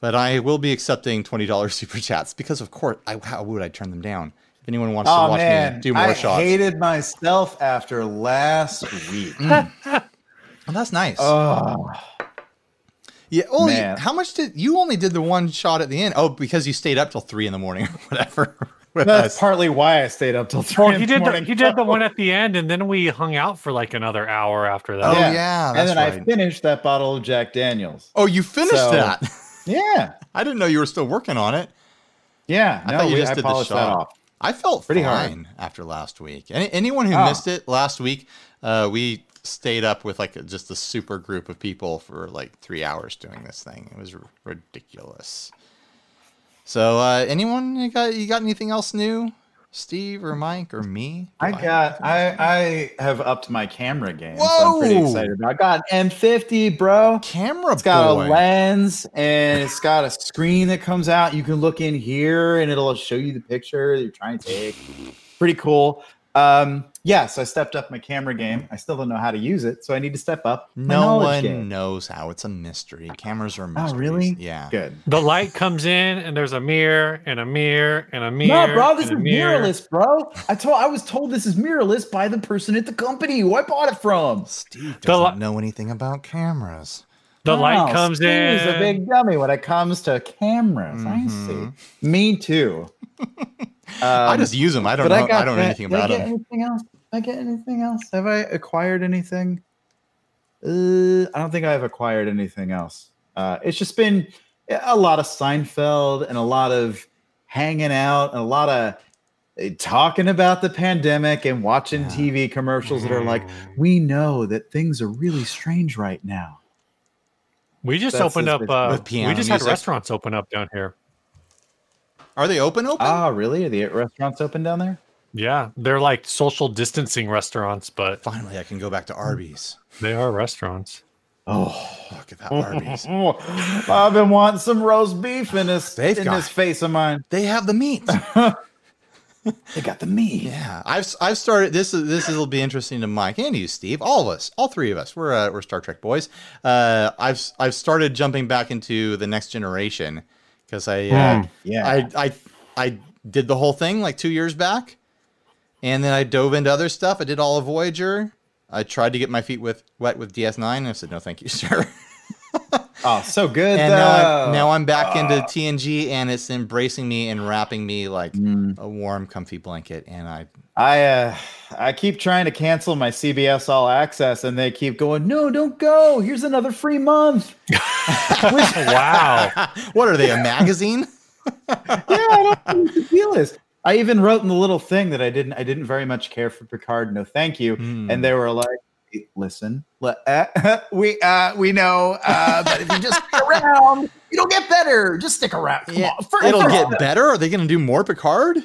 Speaker 1: But I will be accepting twenty dollars super chats because, of course, I, how would I turn them down? If anyone wants to
Speaker 3: Oh
Speaker 1: watch
Speaker 3: man,
Speaker 1: me do more
Speaker 3: I
Speaker 1: shots,
Speaker 3: hated myself after last week.
Speaker 1: Oh, that's nice.
Speaker 3: oh,
Speaker 1: yeah. Only
Speaker 3: man.
Speaker 1: how much did you only did the one shot at the end? Oh, because you stayed up till three in the morning or whatever. With
Speaker 3: that's
Speaker 1: us.
Speaker 3: partly why I stayed up till three.
Speaker 2: well,
Speaker 3: in
Speaker 2: he
Speaker 3: the
Speaker 2: did the,
Speaker 3: morning.
Speaker 2: he did the one at the end, and then we hung out for like another hour after that.
Speaker 1: Oh, yeah,
Speaker 3: and
Speaker 1: that's
Speaker 3: then I
Speaker 1: right.
Speaker 3: finished that bottle of Jack Daniels.
Speaker 1: oh, you finished
Speaker 3: So-
Speaker 1: that.
Speaker 3: Yeah,
Speaker 1: I didn't know you were still working on it.
Speaker 3: yeah.
Speaker 1: I thought you
Speaker 3: we-
Speaker 1: just
Speaker 3: I
Speaker 1: did the
Speaker 3: polished
Speaker 1: shot.
Speaker 3: that off.
Speaker 1: I felt
Speaker 3: Pretty hard.
Speaker 1: fine after last week. Any, anyone who
Speaker 3: Ah.
Speaker 1: missed it last week, uh, we stayed up with like just a super group of people for like three hours doing this thing. It was r- ridiculous. So, uh, anyone you got you got anything else new Steve or Mike or me?
Speaker 3: I
Speaker 1: Do
Speaker 3: got I I have upped my camera game. So I'm
Speaker 1: Whoa!
Speaker 3: pretty excited about. I got an M50, bro.
Speaker 1: camera
Speaker 3: It's got
Speaker 1: boy.
Speaker 3: a lens and it's got a screen that comes out. You can look in here and it'll show you the picture that you're trying to take. Pretty cool. Um, yeah, so I stepped up my camera game. I still don't know how to use it, so I need to step up. my
Speaker 1: No
Speaker 3: knowledge
Speaker 1: one
Speaker 3: game.
Speaker 1: knows how. It's a mystery. Cameras are
Speaker 3: Oh,
Speaker 1: mysteries.
Speaker 3: really?
Speaker 1: Yeah.
Speaker 3: Good.
Speaker 2: The light comes in, and there's a mirror, and a mirror, and a mirror.
Speaker 3: no, bro, this is
Speaker 2: and a mirror.
Speaker 3: mirrorless, bro. I told I was told this is mirrorless by the person at the company who I bought it from.
Speaker 1: Steve
Speaker 2: The li-
Speaker 1: doesn't know anything about cameras.
Speaker 2: The light
Speaker 3: Wow,
Speaker 2: comes
Speaker 3: Steve's
Speaker 2: in.
Speaker 3: a big dummy when it comes to cameras.
Speaker 1: Mhm.
Speaker 3: I see. Me too.
Speaker 1: I
Speaker 3: Um,
Speaker 1: just use them. I don't know.
Speaker 3: but
Speaker 1: I, don't know
Speaker 3: did-
Speaker 1: anything
Speaker 3: did
Speaker 1: about
Speaker 3: I get
Speaker 1: them.
Speaker 3: Anything else? Did I get anything else? Have I acquired anything? Uh, I don't think I've acquired anything else. Uh, it's just been a lot of Seinfeld and a lot of hanging out and a lot of uh, talking about the pandemic and watching
Speaker 1: Yeah. Mm-hmm.
Speaker 3: TV commercials that are like, we know that things are really strange right now.
Speaker 2: We just
Speaker 3: That's
Speaker 2: opened
Speaker 3: his
Speaker 2: up.
Speaker 3: big-
Speaker 2: Uh,
Speaker 1: With piano
Speaker 2: we just had
Speaker 1: music.
Speaker 2: restaurants open up down here.
Speaker 1: Are they open? Open?
Speaker 3: Ah, really? Are the restaurants open down there?
Speaker 2: Yeah, they're like social distancing restaurants, but
Speaker 1: Finally, I can go back to Arby's.
Speaker 2: they are restaurants.
Speaker 3: Oh,
Speaker 1: Talk about Arby's.
Speaker 3: I've been wanting some roast beef in this
Speaker 1: They've
Speaker 3: in
Speaker 1: got-
Speaker 3: this face of mine.
Speaker 1: They have the meat.
Speaker 3: They got the meat.
Speaker 1: Yeah, I've I've started this. is This will be interesting to Mike and you, Steve. All of us, all three of us. We're uh, we're Star Trek boys. Uh, I've I've started jumping back into the Next Generation because I uh,
Speaker 2: Hmm.
Speaker 3: Yeah.
Speaker 1: I I I did the whole thing like two years back, and then I dove into other stuff. I did all of Voyager. I tried to get my feet with wet with DS9. And I said no, thank you, sir.
Speaker 3: oh, so good.
Speaker 1: and now
Speaker 3: though.
Speaker 1: I'm, now I'm back into TNG, and it's embracing me and wrapping me like
Speaker 3: Mm.
Speaker 1: a warm, comfy blanket. And I
Speaker 3: I uh, I keep trying to cancel my CBS All Access, and they keep going. No, don't go. Here's another free month.
Speaker 2: wow.
Speaker 1: what are they a magazine?
Speaker 3: Yeah, I don't know what the deal is. I even wrote in the little thing that I didn't. I didn't very much care for Picard. No, thank you.
Speaker 1: Hmm.
Speaker 3: And they were like, "Listen, le- uh, we uh, we know, uh, but if you just stick around, you don't get better. Just stick around. Come
Speaker 1: Yeah,
Speaker 3: on, For-
Speaker 1: It'll
Speaker 3: for-
Speaker 1: get better. Are they going to do more Picard?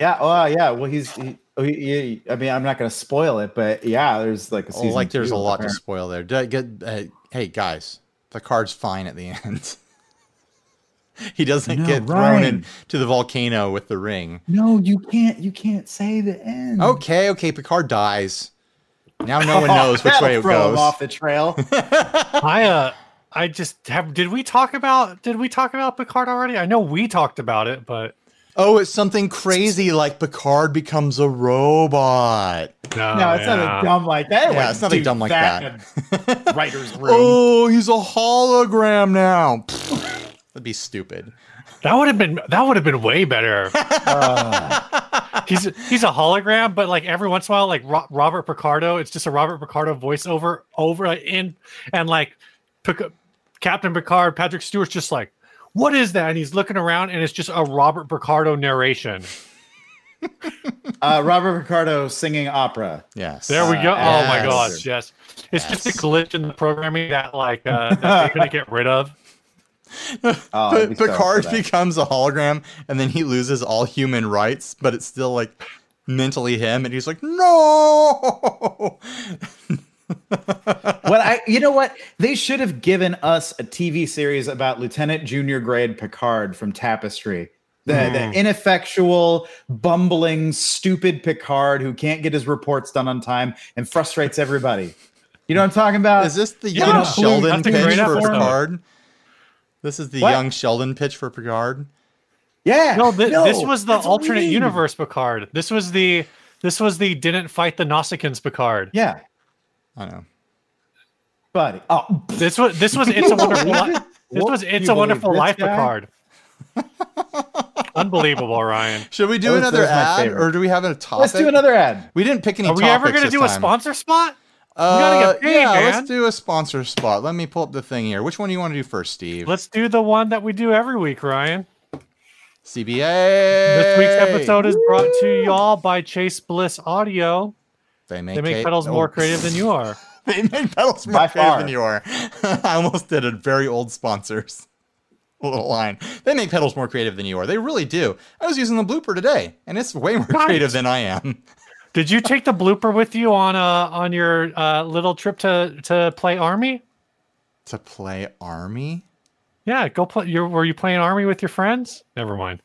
Speaker 3: Yeah. Well, yeah. Well, he's. He, oh, he, he- I mean, I'm not going to spoil it, but yeah, there's like a
Speaker 1: Oh,
Speaker 3: season.
Speaker 1: like there's a
Speaker 3: two,
Speaker 1: lot to
Speaker 3: apparently.
Speaker 1: spoil there. Do- get, uh, hey guys, Picard's fine at the end. he doesn't
Speaker 3: No,
Speaker 1: get thrown
Speaker 3: Ryan.
Speaker 1: into the volcano with the ring.
Speaker 3: No, you can't. You can't say the end.
Speaker 1: Okay, okay, Picard dies. Now no one knows which way
Speaker 3: Oh, That'll
Speaker 1: it
Speaker 3: throw him
Speaker 1: goes.
Speaker 3: off the trail.
Speaker 2: I uh, I just have. Did we talk about? Did we talk about Picard already? I know we talked about it, but
Speaker 1: Oh, it's something crazy like Picard becomes a robot.
Speaker 2: no,
Speaker 3: no, it's
Speaker 2: Oh, yeah.
Speaker 3: not a dumb like that.
Speaker 1: Yeah, it's nothing dumb like
Speaker 3: that. Writer's room.
Speaker 1: Oh, he's a hologram now. That'd be stupid.
Speaker 2: That would have been that would have been way better. Uh, he's he's a hologram, but like every once in a while, like Ro- Robert Picardo, it's just a Robert Picardo voiceover over in and like Pic- Captain Picard, Patrick Stewart's just like, what is that? And he's looking around, and it's just a Robert Picardo narration.
Speaker 3: Uh, Robert Ricardo singing opera.
Speaker 1: Yes.
Speaker 2: There we go. Oh my
Speaker 1: Yes.
Speaker 2: gosh, yes. It's just
Speaker 1: Yes.
Speaker 2: a glitch in the programming that like uh, that they're gonna get rid of.
Speaker 3: Oh,
Speaker 1: P-
Speaker 3: I'd be so up for
Speaker 1: Picard
Speaker 3: that.
Speaker 1: becomes a hologram and then he loses all human rights, but it's still like mentally him, and he's like, no.
Speaker 3: what I you know what they should have given us a TV series about Lieutenant Junior Grade Picard from Tapestry. The,
Speaker 2: Hmm.
Speaker 3: the ineffectual, bumbling, stupid Picard who can't get his reports done on time and frustrates everybody. You know what I'm talking about?
Speaker 1: Is this the
Speaker 2: Uh, Yeah,
Speaker 1: young
Speaker 3: that's
Speaker 1: Sheldon
Speaker 2: a great
Speaker 1: pitch for
Speaker 2: episode.
Speaker 1: Picard? This is the
Speaker 3: What?
Speaker 1: young Sheldon pitch for Picard.
Speaker 3: yeah.
Speaker 2: No, thi- this was the
Speaker 3: that's what we
Speaker 2: alternate
Speaker 3: need.
Speaker 2: universe Picard. This was the this was the didn't fight the Nausicaans Picard.
Speaker 3: Yeah,
Speaker 1: I know.
Speaker 3: buddy. Oh,
Speaker 2: This was this was it's a wonderful
Speaker 3: believe
Speaker 2: Li-
Speaker 3: it?
Speaker 2: this
Speaker 3: What-
Speaker 2: was
Speaker 3: you
Speaker 2: it's a
Speaker 3: believe
Speaker 2: wonderful
Speaker 3: this
Speaker 2: life
Speaker 3: guy?
Speaker 2: Picard. Unbelievable, Ryan.
Speaker 1: Should we do
Speaker 3: Those-
Speaker 1: another
Speaker 3: those are my
Speaker 1: ad,
Speaker 3: favorite.
Speaker 1: or do we have a topic?
Speaker 3: let's do another ad.
Speaker 1: We didn't pick any.
Speaker 2: Are we ever
Speaker 1: going
Speaker 2: gonna
Speaker 1: to
Speaker 2: do a sponsor spot?
Speaker 1: Uh,
Speaker 2: gotta get paid,
Speaker 1: yeah,
Speaker 2: man.
Speaker 1: let's do a sponsor spot. Let me pull up the thing here. Which one do you want to do first, Steve?
Speaker 2: Let's do the one that we do every week, Ryan.
Speaker 1: CBA.
Speaker 2: This week's episode is brought to y'all by Chase Bliss Audio.
Speaker 1: They make,
Speaker 2: They make
Speaker 1: ca-
Speaker 2: pedals
Speaker 1: oh.
Speaker 2: more creative than you are.
Speaker 1: they make pedals more
Speaker 3: By
Speaker 1: creative
Speaker 3: far.
Speaker 1: than you are. I almost did a very old sponsors. little line. They make pedals more creative than you are. They really do. I was using the blooper today, and it's way more
Speaker 2: Right.
Speaker 1: creative than I am.
Speaker 2: Did you take the blooper with you on uh on your uh, little trip to to play army?
Speaker 1: to play army.
Speaker 2: Yeah, go play. You're, were you playing army with your friends? Never mind.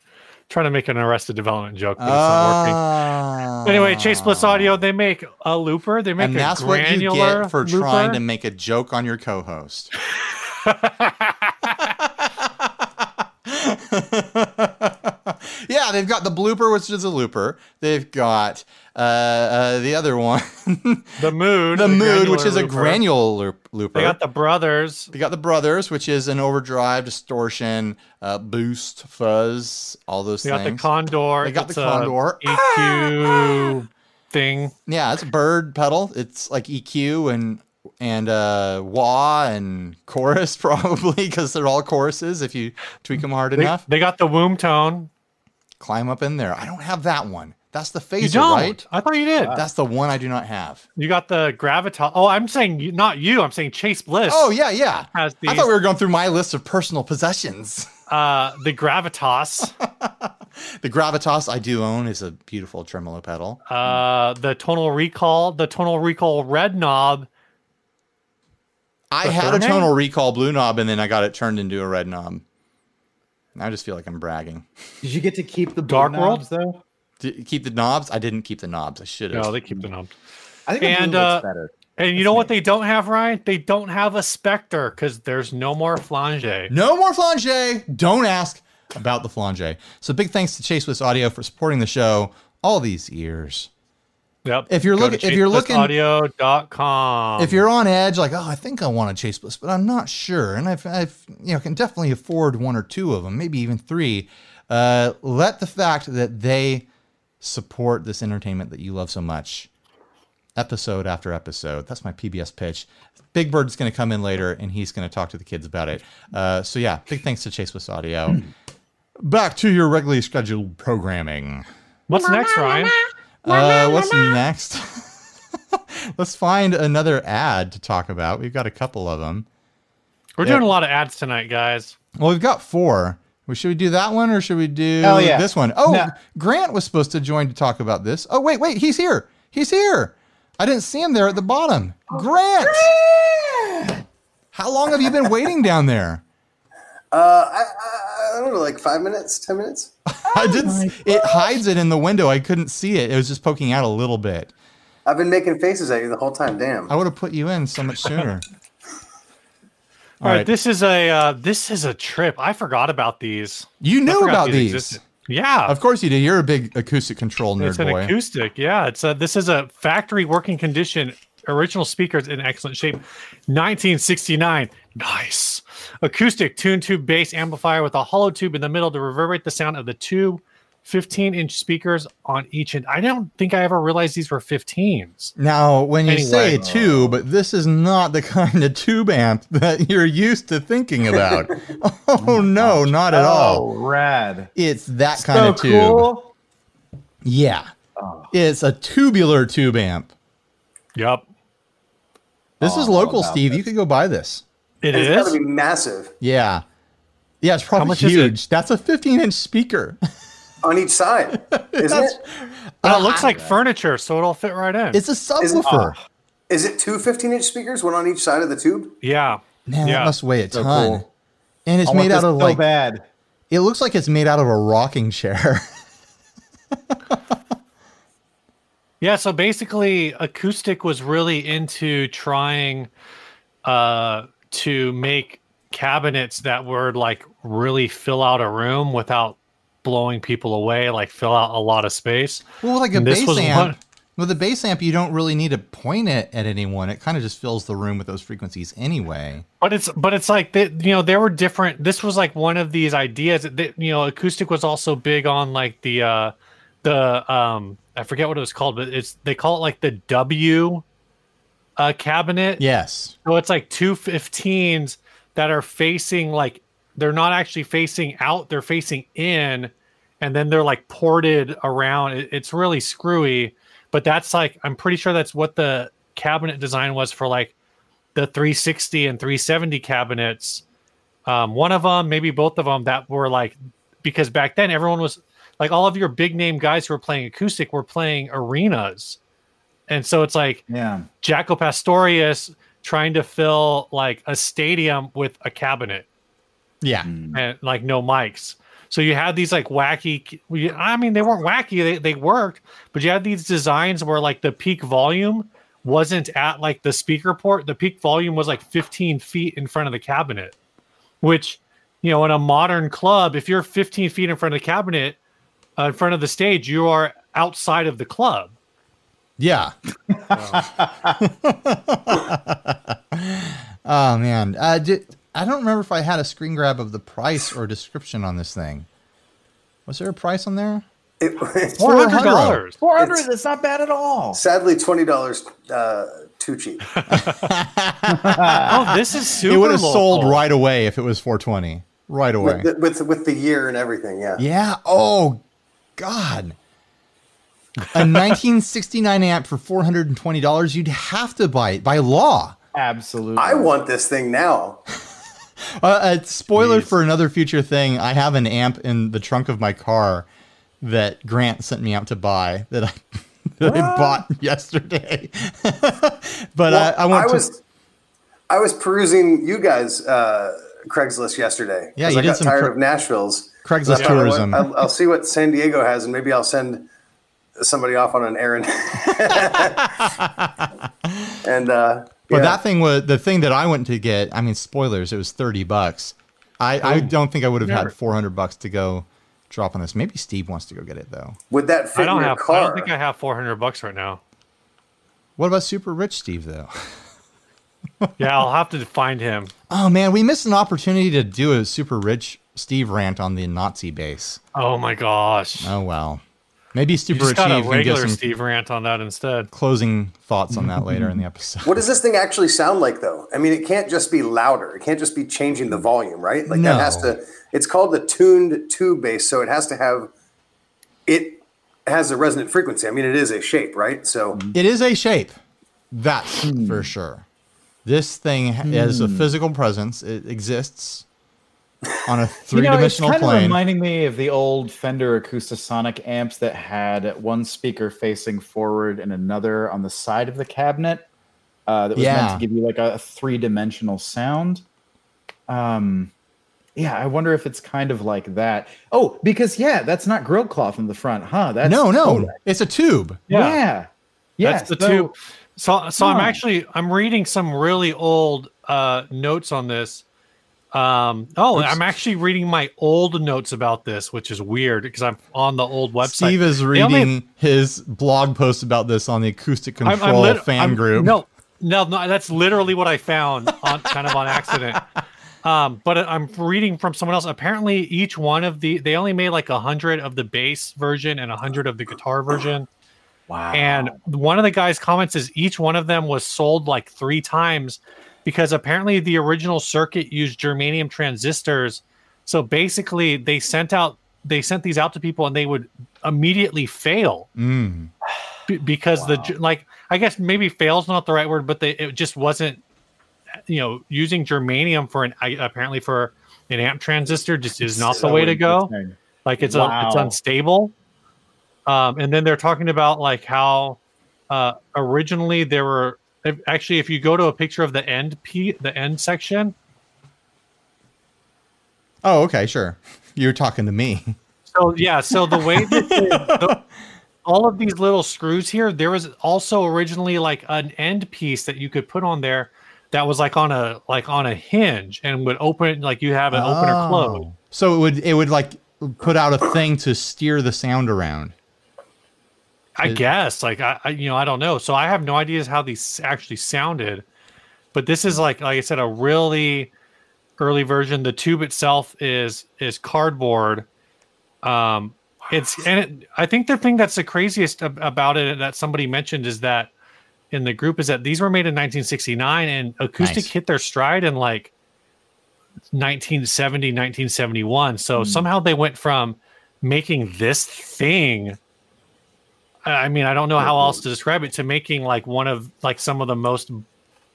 Speaker 2: Trying to make an Arrested Development joke, but it's not working.
Speaker 1: Ah.
Speaker 2: Anyway, Chase Bliss Audio, they make a looper. They make
Speaker 1: and
Speaker 2: a
Speaker 1: that's what you
Speaker 2: granular
Speaker 1: get for
Speaker 2: looper.
Speaker 1: trying to make a joke on your co-host. yeah, they've got the blooper, which is a looper. They've got uh, uh, the other one,
Speaker 2: the mood.
Speaker 1: the mood, which
Speaker 2: granular
Speaker 1: is a
Speaker 2: looper.
Speaker 1: granular loop- looper.
Speaker 2: They got the brothers.
Speaker 1: They got the brothers, which is an overdrive, distortion, uh, boost, fuzz, all those
Speaker 2: They got
Speaker 1: things.
Speaker 2: the condor.
Speaker 1: They got the
Speaker 2: It's a
Speaker 1: Condor. Ah,
Speaker 2: EQ thing.
Speaker 1: Yeah, it's a bird pedal. It's like EQ and and uh wah and chorus probably because they're all choruses if you tweak them hard
Speaker 2: They,
Speaker 1: enough.
Speaker 2: they got the womb tone.
Speaker 1: Climb up in there. I don't have that one. That's the
Speaker 2: You
Speaker 1: phaser,
Speaker 2: don't.
Speaker 1: right? Uh,
Speaker 2: I thought you did.
Speaker 1: That's the one I do not have.
Speaker 2: You got the graviton. Oh, I'm saying you, not you. I'm saying Chase Bliss.
Speaker 1: Oh yeah, yeah.
Speaker 2: has these,
Speaker 1: I thought we were going through my list of personal possessions.
Speaker 2: uh, the gravitas,
Speaker 1: The gravitas I do own is a beautiful tremolo pedal.
Speaker 2: uh, the tonal recall, the tonal recall red knob.
Speaker 1: I
Speaker 2: The
Speaker 1: had a
Speaker 2: Thermite?
Speaker 1: tonal recall blue knob and then I got it turned into a red knob. And I just feel like I'm bragging.
Speaker 3: Did you get to keep the blue
Speaker 2: Dark World?
Speaker 3: knobs, though?
Speaker 1: D- keep the knobs? I didn't keep the knobs. I should have.
Speaker 2: No, they keep the knob.
Speaker 3: I think the
Speaker 2: And,
Speaker 3: blue
Speaker 2: uh,
Speaker 3: looks better.
Speaker 2: And you know what they don't have, Ryan? They don't have a Spectre because there's no more flange.
Speaker 1: No more flange. Don't ask about the flange. So big thanks to Chase Bliss Audio for supporting the show all these years.
Speaker 2: Yep.
Speaker 1: If you're
Speaker 2: Go to
Speaker 1: looking- if you're looking-
Speaker 2: ChaseBlissAudio.com.
Speaker 1: If you're on edge, like, oh, I think I want a Chase Bliss, but I'm not sure, and I've, I've you know, can definitely afford one or two of them, maybe even three. Uh, let the fact that they support this entertainment that you love so much, episode after episode. That's my PBS pitch. Big Bird's going to come in later, and he's going to talk to the kids about it. Uh, so yeah, big thanks to Chase Bliss Audio. Back to your regularly scheduled programming.
Speaker 2: what's next, Ryan?
Speaker 1: Uh, what's next? Let's find another ad to talk about. We've got a couple of them.
Speaker 2: We're doing a lot of ads tonight, guys.
Speaker 1: Well, we've got four. Well, should we do that one or should we do
Speaker 3: Hell yeah.
Speaker 1: this one? Oh,
Speaker 3: No.
Speaker 1: Grant was supposed to join to talk about this. Oh, wait, wait, he's here. He's here. I didn't see him there at the bottom. Grant! How long have you been waiting down there?
Speaker 4: Uh, I, I, I don't know, like five minutes, ten minutes.
Speaker 1: I didn't. s- It hides it in the window. I couldn't see it. It was just poking out a little bit.
Speaker 4: I've been making faces at you the whole time. Damn.
Speaker 1: I would have put you in so much sooner.
Speaker 2: All right, this is a uh, this is a trip. I forgot about these.
Speaker 1: you
Speaker 2: I
Speaker 1: knew
Speaker 2: forgot
Speaker 1: about these.
Speaker 2: existed. Yeah,
Speaker 1: Of course you do. You're a big acoustic control nerd
Speaker 2: it's an
Speaker 1: boy.
Speaker 2: acoustic. Yeah, it's a this is a factory working condition. Original speakers in excellent shape. 1969. Nice. Acoustic tuned tube bass amplifier with a hollow tube in the middle to reverberate the sound of the two 15 inch speakers on each end. I don't think I ever realized these were 15s.
Speaker 1: now, when you say
Speaker 2: Anyway.
Speaker 1: tube, but this is not the kind of tube amp that you're used to thinking about. oh, no, not at all.
Speaker 3: Oh, rad.
Speaker 1: It's that kind
Speaker 3: so
Speaker 1: of tube.
Speaker 3: cool.
Speaker 1: Yeah. It's a tubular tube amp.
Speaker 2: Yep.
Speaker 1: This
Speaker 3: Oh,
Speaker 1: is
Speaker 3: I'm all
Speaker 1: local,
Speaker 3: about
Speaker 1: Steve. You could go buy this.
Speaker 2: It
Speaker 4: it's
Speaker 2: is.
Speaker 4: gotta be massive
Speaker 1: Yeah. Yeah, it's probably
Speaker 2: much is it?
Speaker 1: huge. That's a 15 inch speaker.
Speaker 4: on each side, isn't it?
Speaker 2: But it looks like furniture, so it'll fit right in.
Speaker 1: It's a subwoofer.
Speaker 4: Is it two 15 inch speakers, one on each side of the tube?
Speaker 2: yeah.
Speaker 1: Man, that
Speaker 2: yeah.
Speaker 1: must weigh a ton.
Speaker 3: cool.
Speaker 1: And it's
Speaker 3: I want
Speaker 1: made
Speaker 3: this
Speaker 1: out of
Speaker 3: so
Speaker 1: like
Speaker 3: bad.
Speaker 1: It looks like it's made out of a rocking chair.
Speaker 2: Yeah, so basically, acoustic was really into trying uh, to make cabinets that would like really fill out a room without blowing people away, like fill out a lot of space.
Speaker 1: well, like a
Speaker 2: And this
Speaker 1: bass
Speaker 2: was
Speaker 1: amp.
Speaker 2: one-
Speaker 1: With a bass amp, you don't really need to point it at anyone. It kind of just fills the room with those frequencies anyway.
Speaker 2: But it's but it's like they, you know there were different. This was like one of these ideas that, that you know acoustic was also big on like the uh, the um, I forget what it was called, but it's they call it like the W uh, cabinet.
Speaker 1: Yes.
Speaker 2: So it's like two 15s that are facing like they're not actually facing out, they're facing in, and then they're like ported around. It- it's really screwy, but that's like I'm pretty sure that's what the cabinet design was for like the 360 and 370 cabinets um, one of them, maybe both of them, that were like because back then everyone was like all of your big name guys who were playing acoustic were playing arenas, and so it's like
Speaker 3: Yeah.
Speaker 2: Jaco Pastorius trying to fill like a stadium with a cabinet
Speaker 1: Yeah.
Speaker 2: and like no mics. So you had these like wacky. we- I mean, they weren't wacky. They they worked, but you had these designs where like the peak volume wasn't at like the speaker port. The peak volume was like 15 feet in front of the cabinet, which you know in a modern club, if you're 15 feet in front of the cabinet, uh, in front of the stage, you are outside of the club.
Speaker 1: Yeah. oh man, uh, did, I don't remember if I had a screen grab of the price or description on this thing. Was there a price on there?
Speaker 4: It was
Speaker 2: Four hundred dollars.
Speaker 3: Four hundred.
Speaker 4: It's-
Speaker 3: That's not bad at all.
Speaker 4: sadly twenty dollars uh, too cheap.
Speaker 2: Oh, this is super.
Speaker 1: it would have sold
Speaker 2: local.
Speaker 1: right away if it was 420. Right away.
Speaker 4: With, the, with with the year and everything, yeah.
Speaker 1: yeah. Oh God. A 1969 amp for $420. You'd have to buy it by law.
Speaker 3: Absolutely.
Speaker 4: I want this thing now.
Speaker 1: Uh, a spoiler for another future thing. I have an amp in the trunk of my car that Grant sent me out to buy that I, that I bought yesterday. but
Speaker 4: Well,
Speaker 1: Uh, I, I want to.
Speaker 4: was I was perusing you guys uh, Craigslist yesterday.
Speaker 1: Yeah,
Speaker 4: 'cause
Speaker 1: you
Speaker 4: I
Speaker 1: did
Speaker 4: got
Speaker 1: some
Speaker 4: tired
Speaker 1: Cra-
Speaker 4: of Nashville's
Speaker 1: Craigslist
Speaker 4: So I thought, you know what,
Speaker 1: tourism.
Speaker 4: I'll, I'll see what San Diego has, and maybe I'll send somebody off on an errand. and uh,
Speaker 1: but
Speaker 4: yeah.
Speaker 1: that thing was the thing that I went to get. I mean, spoilers. It was thirty bucks. I,
Speaker 4: Oh.
Speaker 1: I don't think I would have
Speaker 2: Never.
Speaker 1: had four hundred bucks to go drop on this. Maybe Steve wants to go get it though.
Speaker 4: would that fit
Speaker 2: I don't
Speaker 4: in your
Speaker 2: have.
Speaker 4: car?
Speaker 2: I don't think I have four hundred bucks right now.
Speaker 1: What about super rich Steve though?
Speaker 2: Yeah, I'll have to find him.
Speaker 1: Oh man, we missed an opportunity to do a super rich Steve rant on the Nazi base.
Speaker 2: Oh my gosh.
Speaker 1: Oh well, maybe
Speaker 2: You
Speaker 1: super
Speaker 2: just
Speaker 1: rich
Speaker 2: got a
Speaker 1: Steve can give
Speaker 2: regular
Speaker 1: some
Speaker 2: Steve rant on that instead.
Speaker 1: closing thoughts on that later in the episode.
Speaker 4: what does this thing actually sound like, though? I mean, it can't just be louder. It can't just be changing the volume, right? Like
Speaker 1: No.
Speaker 4: that has to. It's called the tuned tube bass, so it has to have. It has a resonant frequency. I mean, it is a shape, right? So
Speaker 1: It is a shape. That's
Speaker 2: Hmm.
Speaker 1: for sure. This thing ha- has a physical presence. It exists on a
Speaker 3: You know, it's
Speaker 1: three-dimensional
Speaker 3: kind of
Speaker 1: plane.
Speaker 3: reminding me of the old Fender Acoustasonic amps that had one speaker facing forward and another on the side of the cabinet. Uh, that was
Speaker 1: Yeah.
Speaker 3: meant to give you like a three-dimensional sound. Um, yeah, I wonder if it's kind of like that. Oh, because yeah, that's not grill cloth in the front, huh? That's
Speaker 1: no, no,
Speaker 3: Kodak.
Speaker 1: it's a tube.
Speaker 3: yeah, yeah.
Speaker 2: That's the
Speaker 3: so-
Speaker 2: two. So, so I'm
Speaker 3: Huh.
Speaker 2: actually I'm reading some really old uh, notes on this. Um, oh, I'm actually reading my old notes about this, which is weird because I'm on the old website.
Speaker 1: Steve is
Speaker 2: They only-
Speaker 1: reading his blog post about this on the Acoustic Control
Speaker 2: lit-
Speaker 1: fan
Speaker 2: I'm-
Speaker 1: group.
Speaker 2: No, no, no, that's literally what I found on kind of on accident. Um, but I'm reading from someone else. Apparently, each one of the they only made like a hundred of the bass version and a hundred of the guitar version.
Speaker 3: Wow.
Speaker 2: And one of the guys' comments is each one of them was sold like three times because apparently the original circuit used germanium transistors. So basically, they sent out they sent these out to people and they would immediately fail
Speaker 1: Mm.
Speaker 2: b- because the ge- like I guess maybe fails not the right word, but they it just wasn't you know using germanium for an I, apparently for an amp transistor just is not the way to go. Like it's a, it's
Speaker 3: Wow.
Speaker 2: unstable. Um, and then they're talking about like how uh, originally there were if, actually if you go to a picture of the end p the end section.
Speaker 1: Oh, okay, sure. You're talking to me.
Speaker 2: So yeah, so the way that the- the- all of these little screws here, there was also originally like an end piece that you could put on there that was like on a like on a hinge and would open like you have an open or close.
Speaker 1: Oh. So it would it would like put out a thing to steer the sound around.
Speaker 2: I
Speaker 1: It-
Speaker 2: guess. Like I, I you know, I don't know. So I have no ideas how these actually sounded. But this is like like I said, a really early version. The tube itself is is cardboard. Um it's and it, I think the thing that's the craziest ab- about it that somebody mentioned is that in the group is that these were made in 1969 and acoustic
Speaker 1: Nice.
Speaker 2: hit their stride in like 1970 1971 so somehow they went from making this thing i I mean i don't know how else to describe it to making like one of like some of the most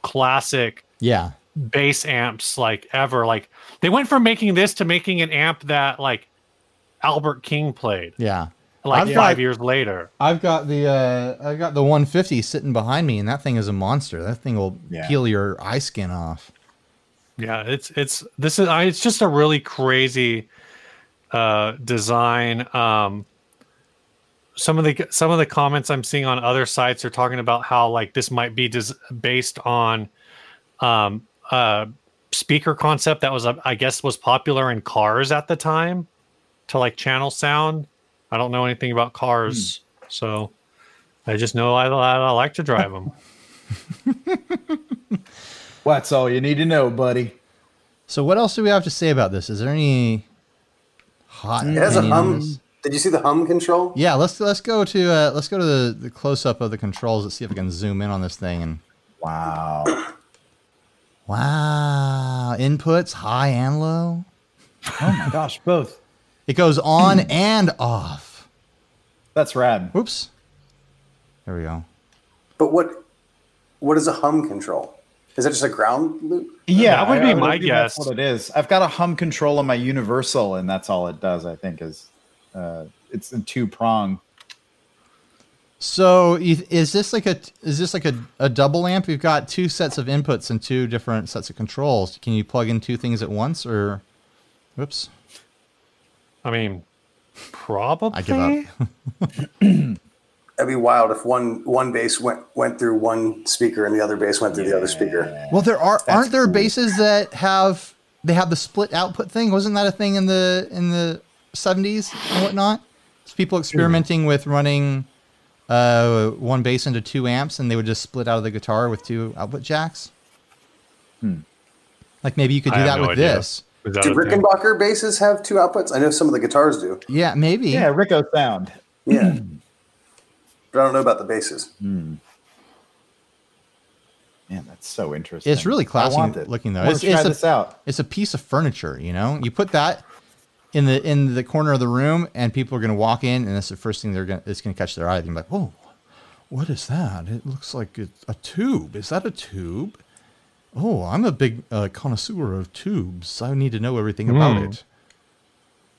Speaker 2: classic
Speaker 1: Yeah.
Speaker 2: bass amps like ever. Like they went from making this to making an amp that like Albert King played
Speaker 1: Yeah.
Speaker 2: like
Speaker 1: I've
Speaker 2: five
Speaker 1: got-
Speaker 2: years later.
Speaker 1: I've got the uh, I've got the 150 sitting behind me, and that thing is a monster. That thing will
Speaker 3: Yeah.
Speaker 1: peel your eye skin off.
Speaker 2: Yeah, it's it's this is I, it's just a really crazy uh design. Um some of the some of the comments I'm seeing on other sites are talking about how like this might be dis- based on um uh speaker concept that was uh, I guess was popular in cars at the time to like channel sound. I don't know anything about cars,
Speaker 1: Hmm.
Speaker 2: so I just know I, I, I like to drive them.
Speaker 3: Well, that's all you need to know, buddy.
Speaker 1: So what else do we have to say about this? Is there any hot?
Speaker 4: It has a
Speaker 1: opinion on
Speaker 4: hum.
Speaker 1: this?
Speaker 4: Did you see the hum control?
Speaker 1: Yeah, let's let's go to uh, let's go to the, the close up of the controls. Let's see if we can zoom in on this thing. And
Speaker 3: Wow.
Speaker 1: wow, inputs high and low.
Speaker 3: Oh my gosh, both.
Speaker 1: It goes on and off.
Speaker 3: That's rad.
Speaker 1: Oops. There we go.
Speaker 4: But what what is a hum control? Is that just a ground loop?
Speaker 3: Yeah,
Speaker 2: That would
Speaker 3: I-
Speaker 2: be
Speaker 3: I
Speaker 2: my
Speaker 3: think that's
Speaker 2: guess.
Speaker 3: What it is, I've got a hum control on my universal, and that's all it does. I think is uh, it's in two prong.
Speaker 1: So you- is this like a is this like a, a double amp? You've got two sets of inputs and two different sets of controls. Can you plug in two things at once or whoops.
Speaker 2: I mean, probably
Speaker 1: I give up.
Speaker 4: That'd be wild if one one bass went went through one speaker and the other bass went through the other speaker.
Speaker 1: Well, there are aren't there
Speaker 3: cool.
Speaker 1: bases that have they have the split output thing? Wasn't that a thing in the in the seventies and whatnot? It's people experimenting with running uh, one bass into two amps, and they would just split out of the guitar with two output jacks. Like maybe you could
Speaker 2: Hmm. I
Speaker 1: do
Speaker 2: have
Speaker 1: that
Speaker 2: no
Speaker 1: with
Speaker 2: idea.
Speaker 1: this.
Speaker 2: Is that
Speaker 4: Do
Speaker 2: a thing?
Speaker 4: Rickenbacker basses have two outputs? I know some of the guitars do.
Speaker 1: Yeah, maybe.
Speaker 3: Yeah, Rico sound.
Speaker 4: Yeah.
Speaker 1: Hmm.
Speaker 4: but I don't know about the basses.
Speaker 3: Man, that's so interesting.
Speaker 1: It's really classy
Speaker 3: I want it.
Speaker 1: looking though.
Speaker 3: I wanna
Speaker 1: It's,
Speaker 3: try
Speaker 1: it's a,
Speaker 3: this out.
Speaker 1: It's a piece of furniture, you know. You put that in the in the corner of the room, and people are going to walk in, and that's the first thing they're going. to It's going to catch their eye. They're gonna be like, "Oh, what is that? It looks like it's a tube. Is that a tube? Oh, I'm a big uh, connoisseur of tubes. I need to know everything
Speaker 3: Hmm.
Speaker 1: about it.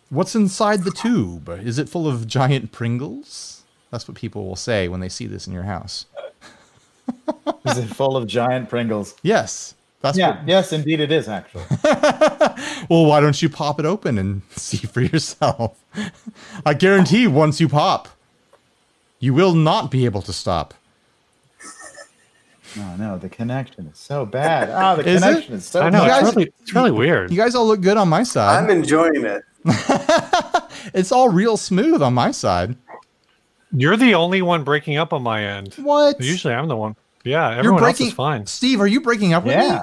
Speaker 1: What's inside the tube? Is it full of giant Pringles? That's what people will say when they see this in your house.
Speaker 3: Is it full of giant Pringles?
Speaker 1: Yes, that's what
Speaker 3: Yeah. Yes, indeed, it is actually.
Speaker 1: Well, why don't you pop it open and see for yourself? I guarantee once you pop, you will not be able to stop.
Speaker 3: Oh no, the connection is so bad. Ah, the
Speaker 1: Is it?
Speaker 3: connection is so.
Speaker 2: I know
Speaker 1: You
Speaker 3: bad.
Speaker 1: guys-
Speaker 2: it's really it's really weird.
Speaker 1: You guys all look good on my side.
Speaker 4: I'm enjoying it.
Speaker 1: it's all real smooth on my side.
Speaker 2: You're the only one breaking up on my end.
Speaker 1: What?
Speaker 2: Usually I'm the one. Yeah,
Speaker 1: You're
Speaker 2: everyone else
Speaker 1: breaking.
Speaker 2: is fine.
Speaker 1: Steve, are you breaking up with me?
Speaker 3: Yeah.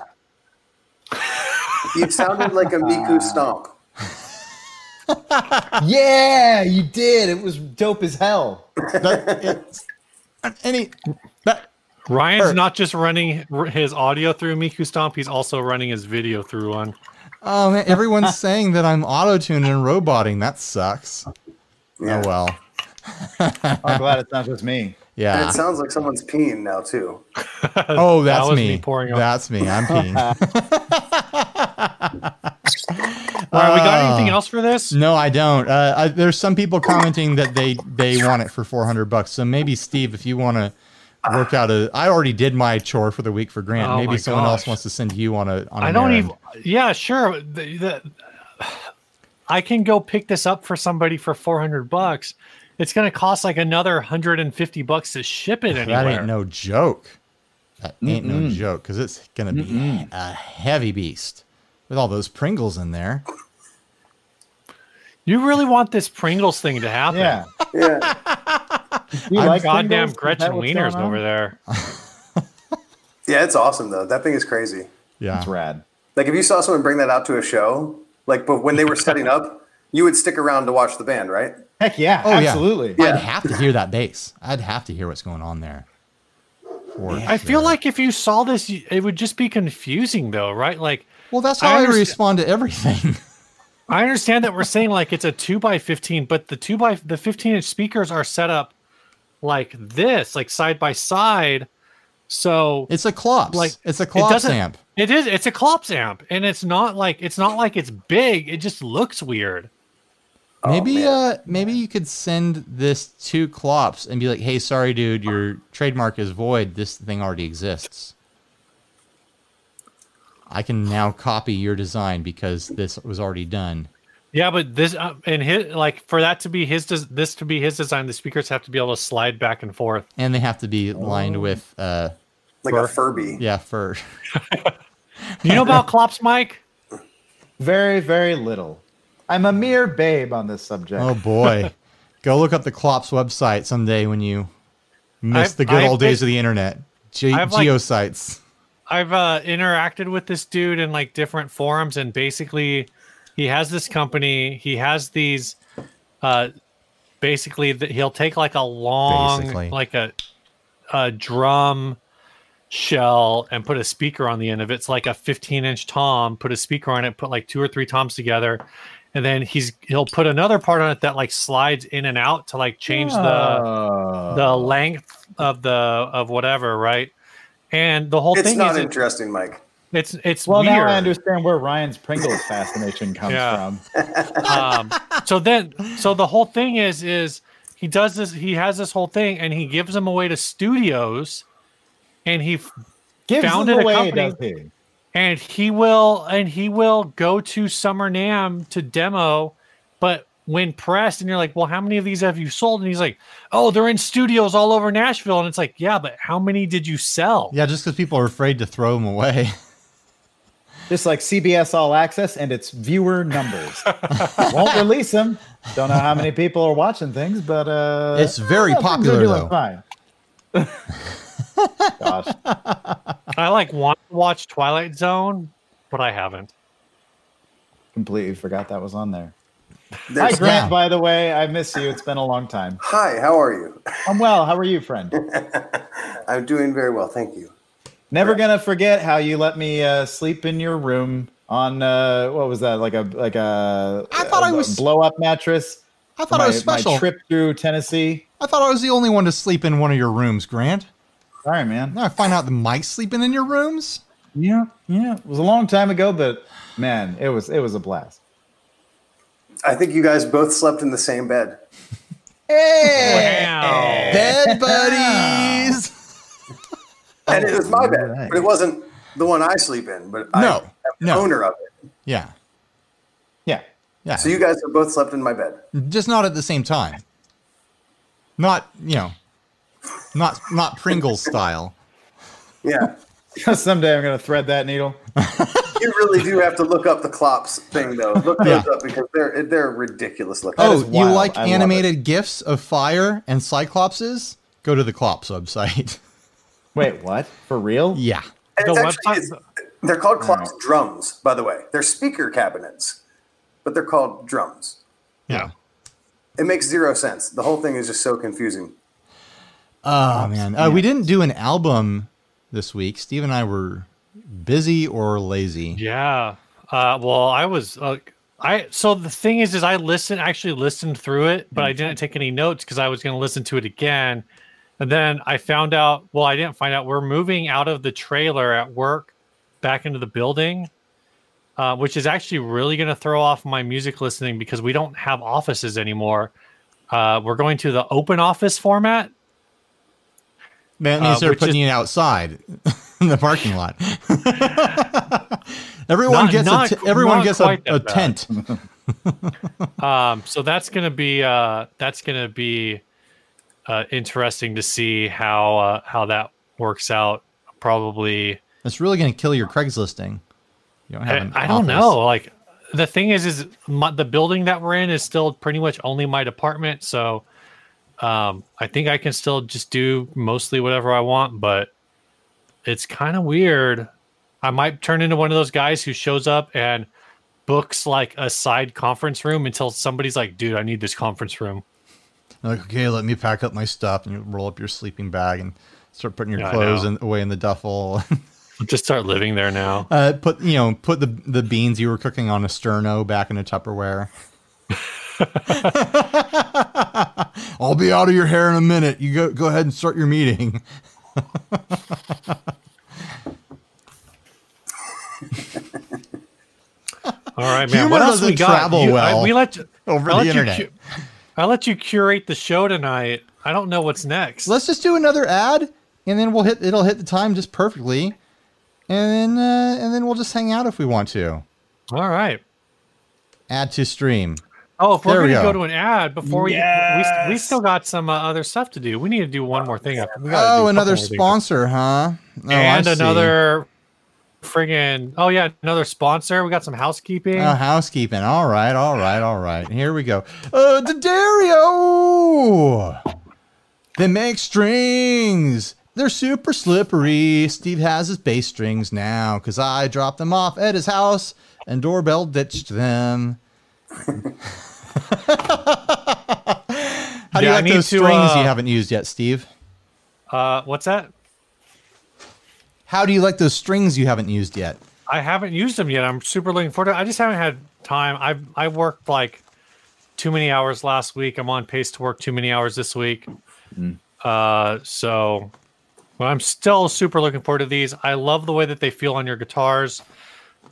Speaker 4: You sounded like a Miku stomp.
Speaker 3: Yeah, you did. It was dope as hell.
Speaker 1: That- it's- any. That,
Speaker 2: Ryan's
Speaker 1: Er.
Speaker 2: not just running r- his audio through Miku Stomp, he's also running his video through one.
Speaker 1: oh man, everyone's saying that I'm auto-tuned and roboting. That sucks.
Speaker 4: Yeah.
Speaker 1: Oh well.
Speaker 3: I'm glad it's not just me.
Speaker 4: And
Speaker 1: Yeah.
Speaker 4: it sounds like someone's peeing now too.
Speaker 1: Oh, that's
Speaker 2: was
Speaker 1: me.
Speaker 2: me pouring up.
Speaker 1: that's me. I'm peeing.
Speaker 2: All right, we got
Speaker 1: Ah.
Speaker 2: anything else for this?
Speaker 1: No, I don't. Uh, I, there's some people commenting that they they want it for 400 bucks. So maybe Steve, if you want to work out a, I already did my chore for the week for Grant.
Speaker 2: Oh
Speaker 1: maybe
Speaker 2: my
Speaker 1: someone else
Speaker 2: gosh.
Speaker 1: wants to send you on a. On
Speaker 2: I
Speaker 1: an
Speaker 2: don't
Speaker 1: errand.
Speaker 2: even. Yeah, sure. The, the, I can go pick this up for somebody for 400 bucks. It's going to cost like another 150 bucks to ship it anywhere.
Speaker 1: That ain't no joke. That ain't no joke because it's gonna be a heavy beast with all those Pringles in there.
Speaker 2: You really want this Pringles thing to happen?
Speaker 3: Yeah.
Speaker 4: Yeah.
Speaker 3: You
Speaker 2: I'm
Speaker 3: like
Speaker 2: goddamn
Speaker 3: Pringles? Is that
Speaker 2: Gretchen
Speaker 3: what's
Speaker 2: Wieners
Speaker 3: going on?
Speaker 2: over there.
Speaker 4: Yeah, it's awesome though. That thing is crazy.
Speaker 1: Yeah.
Speaker 3: It's rad.
Speaker 4: Like if you saw someone bring that out to a show, like but when they were setting up, you would stick around to watch the band, right?
Speaker 3: Heck yeah.
Speaker 1: Oh, yeah.
Speaker 3: absolutely.
Speaker 4: Yeah.
Speaker 1: I'd have to hear that bass. I'd have to hear what's going on there. For
Speaker 2: I feel
Speaker 1: sure.
Speaker 2: like if you saw this, you- it would just be confusing, though, right? Like,
Speaker 1: well, that's
Speaker 2: I
Speaker 1: how I,
Speaker 2: understa-
Speaker 1: respond to everything.
Speaker 2: I understand that we're saying like it's a two by fifteen, but the two by the fifteen inch speakers are set up like this, like side by side, So
Speaker 1: It's a clops.
Speaker 2: like
Speaker 1: it's a
Speaker 2: it
Speaker 1: clops
Speaker 2: doesn't-
Speaker 1: amp.
Speaker 2: It is. It's a clops amp, and it's not like it's not like it's big. It just looks weird.
Speaker 4: Oh,
Speaker 1: Maybe
Speaker 4: man.
Speaker 1: uh maybe you could send this to Clops and be like, "Hey, sorry dude, your trademark is void. This thing already exists." I can now copy your design because this was already done.
Speaker 2: Yeah, but this uh, and his like for that to be his des- this to be his design, the speakers have to be able to slide back and forth.
Speaker 1: And they have to be lined with uh
Speaker 4: like a Furby.
Speaker 1: yeah, fur.
Speaker 2: You know about clops, Mike?
Speaker 3: Very, very little. I'm a mere babe on this subject.
Speaker 1: Oh boy. Go look up the Clops website someday when you miss
Speaker 2: I've-
Speaker 1: the good
Speaker 2: I've
Speaker 1: old days of the internet. Ge-
Speaker 2: I've, like-
Speaker 1: geosites.
Speaker 2: I've uh, interacted with this dude in like different forums, and basically, he has this company. He has these, uh, basically, that he'll take like a long,
Speaker 1: Basically.
Speaker 2: like a, a drum shell and put a speaker on the end of it. It's like a 15 inch tom. Put a speaker on it. Put like two or three toms together, and then he's he'll put another part on it that like slides in and out to like change the
Speaker 3: Oh.
Speaker 2: the length of the of whatever, right? And the whole
Speaker 4: It's
Speaker 2: thing
Speaker 4: not
Speaker 2: is
Speaker 4: interesting, Mike.
Speaker 2: it's it's
Speaker 3: well,
Speaker 2: weird.
Speaker 3: now I understand where Ryan's Pringles fascination comes
Speaker 2: Yeah.
Speaker 3: from.
Speaker 2: um, so then, so the whole thing is is he does this. He has this whole thing, and he gives them away to studios, and he f-
Speaker 3: Gives
Speaker 2: Founded
Speaker 3: them
Speaker 2: a
Speaker 3: away,
Speaker 2: company-
Speaker 3: does he?
Speaker 2: and he will and he will go to Summer Nam to demo, but when pressed and you're like, well, how many of these have you sold? And he's like, oh, they're in studios all over Nashville, and it's like, yeah, but how many did you sell?
Speaker 1: Yeah, just because people are afraid to throw them away.
Speaker 3: Just like CBS All Access and its viewer numbers. Won't release them. Don't know how many people are watching things, but uh,
Speaker 1: It's very
Speaker 3: yeah, things are
Speaker 1: popular,
Speaker 3: doing
Speaker 1: though.
Speaker 3: Fine. Gosh,
Speaker 2: I like want to watch Twilight Zone, but I haven't.
Speaker 3: completely forgot that was on there. Hi,
Speaker 4: There's-
Speaker 3: Grant.
Speaker 1: Yeah.
Speaker 3: By the way, I miss you. It's been a long time.
Speaker 4: Hi, how are you?
Speaker 3: I'm well. How are you, friend?
Speaker 4: I'm doing very well, thank you.
Speaker 3: Never gonna forget how you let me uh, sleep in your room on uh, what was that? Like a like a
Speaker 1: I thought
Speaker 3: a
Speaker 1: I was-
Speaker 3: blow up mattress.
Speaker 1: I thought
Speaker 3: my,
Speaker 1: I was special.
Speaker 3: My trip through Tennessee.
Speaker 1: I thought I was the only one to sleep in one of your rooms, Grant.
Speaker 3: Sorry, man.
Speaker 1: Now I find out the mice sleeping in your rooms.
Speaker 3: Yeah, yeah. It was a long time ago, but man, it was it was a blast.
Speaker 4: I think you guys both slept in the same bed.
Speaker 1: Oh.
Speaker 2: Wow.
Speaker 1: Bed buddies.
Speaker 4: And it was my bed,
Speaker 3: Alright.
Speaker 4: but it wasn't the one I sleep in, but I
Speaker 1: No,
Speaker 4: am
Speaker 1: no.
Speaker 4: owner of it.
Speaker 1: yeah,
Speaker 3: Yeah.
Speaker 1: yeah.
Speaker 4: So you guys have both slept in my bed.
Speaker 1: just not at the same time. Not you know, not not Pringles style.
Speaker 4: Yeah.
Speaker 3: Someday I'm gonna thread that needle.
Speaker 4: you really do have to look up the clops thing though. Look those
Speaker 1: Yeah.
Speaker 4: up because they're they're ridiculous looking.
Speaker 3: That
Speaker 1: Oh,
Speaker 3: is
Speaker 1: you
Speaker 3: wild.
Speaker 1: like
Speaker 3: I love it.
Speaker 1: animated gifs of fire and cyclopses? Go to the Clops website.
Speaker 3: Wait, what? For real?
Speaker 1: yeah,
Speaker 4: And
Speaker 2: the
Speaker 4: it's actually-
Speaker 2: website-
Speaker 4: it's- they're called clops
Speaker 1: Oh.
Speaker 4: drums, by the way. They're speaker cabinets, but they're called drums.
Speaker 1: yeah.
Speaker 4: It makes zero sense. The whole thing is just so confusing.
Speaker 1: Oh man, uh, we didn't do an album this week. Steve and I were busy or lazy.
Speaker 2: Yeah. Uh, well, I was. Uh, I so the thing is, is I listened actually listened through it, but I didn't take any notes because I was going to listen to it again. And then I found out. Well, I didn't find out. We're moving out of the trailer at work back into the building, uh, which is actually really going to throw off my music listening because we don't have offices anymore. Uh, we're going to the open office format.
Speaker 1: That means
Speaker 2: Uh,
Speaker 1: they're
Speaker 2: which
Speaker 1: putting it outside in the parking lot. everyone
Speaker 2: Not-
Speaker 1: gets
Speaker 2: not
Speaker 1: a t-
Speaker 2: qu-
Speaker 1: everyone
Speaker 2: not
Speaker 1: gets a,
Speaker 2: quite that
Speaker 1: a
Speaker 2: bad.
Speaker 1: tent.
Speaker 2: Um, so that's gonna be uh, that's gonna be uh, interesting to see how uh, how that works out. Probably,
Speaker 1: It's really going to kill your Craigslisting. You don't have
Speaker 2: I,
Speaker 1: an
Speaker 2: I don't
Speaker 1: office.
Speaker 2: know. Like the thing is, is my, the building that we're in is still pretty much only my department. So um, I think I can still just do mostly whatever I want. But it's kind of weird. I might turn into one of those guys who shows up and books like a side conference room until somebody's like, "Dude, I need this conference room."
Speaker 1: Like, okay, let me pack up my stuff and you roll up your sleeping bag and start putting your
Speaker 2: Yeah, I
Speaker 1: clothes
Speaker 2: know.
Speaker 1: in, away in the duffel.
Speaker 2: just start living there now.
Speaker 1: uh, put you know put the the beans you were cooking on a sterno back in a Tupperware. I'll be out of your hair in a minute. You go go ahead and start your meeting.
Speaker 2: All right, man.
Speaker 1: Humor
Speaker 2: what else
Speaker 1: doesn't
Speaker 2: we got?
Speaker 1: travel
Speaker 2: You-
Speaker 1: well
Speaker 2: I, we let you,
Speaker 1: over
Speaker 2: I
Speaker 1: the
Speaker 2: let you
Speaker 1: internet.
Speaker 2: cu- I let you curate the show tonight. I don't know what's next.
Speaker 1: Let's just do another ad, and then we'll hit. It'll hit the time just perfectly, and then uh, and then we'll just hang out if we want to.
Speaker 2: All right.
Speaker 1: Add to stream.
Speaker 2: Oh, if
Speaker 1: There
Speaker 2: we're
Speaker 1: we
Speaker 2: going to
Speaker 1: go.
Speaker 2: go to an ad before we- we, we
Speaker 3: Yes.
Speaker 2: still got some uh, other stuff to do. We need to do one more thing. We gotta do a
Speaker 1: Oh,
Speaker 2: couple
Speaker 1: another
Speaker 2: more things.
Speaker 1: sponsor, huh? Oh, I
Speaker 2: and
Speaker 1: see.
Speaker 2: another friggin' oh yeah, another sponsor. We got some housekeeping.
Speaker 1: Oh, housekeeping. All right, all right, all right. Here we go. Uh, Daddario! They make strings. They're super slippery. Steve has his bass strings now because I dropped them off at his house and doorbell ditched them. How do
Speaker 2: Yeah, I
Speaker 1: you like
Speaker 2: need
Speaker 1: those
Speaker 2: to,
Speaker 1: strings
Speaker 2: uh,
Speaker 1: you haven't used yet, Steve?
Speaker 2: Uh, what's that?
Speaker 1: How do you like those strings you haven't used yet?
Speaker 2: I haven't used them yet. I'm super looking forward to it. I just haven't had time. I've I worked like too many hours last week. I'm on pace to work too many hours this week. Uh, so but I'm still super looking forward to these. I love the way that they feel on your guitars.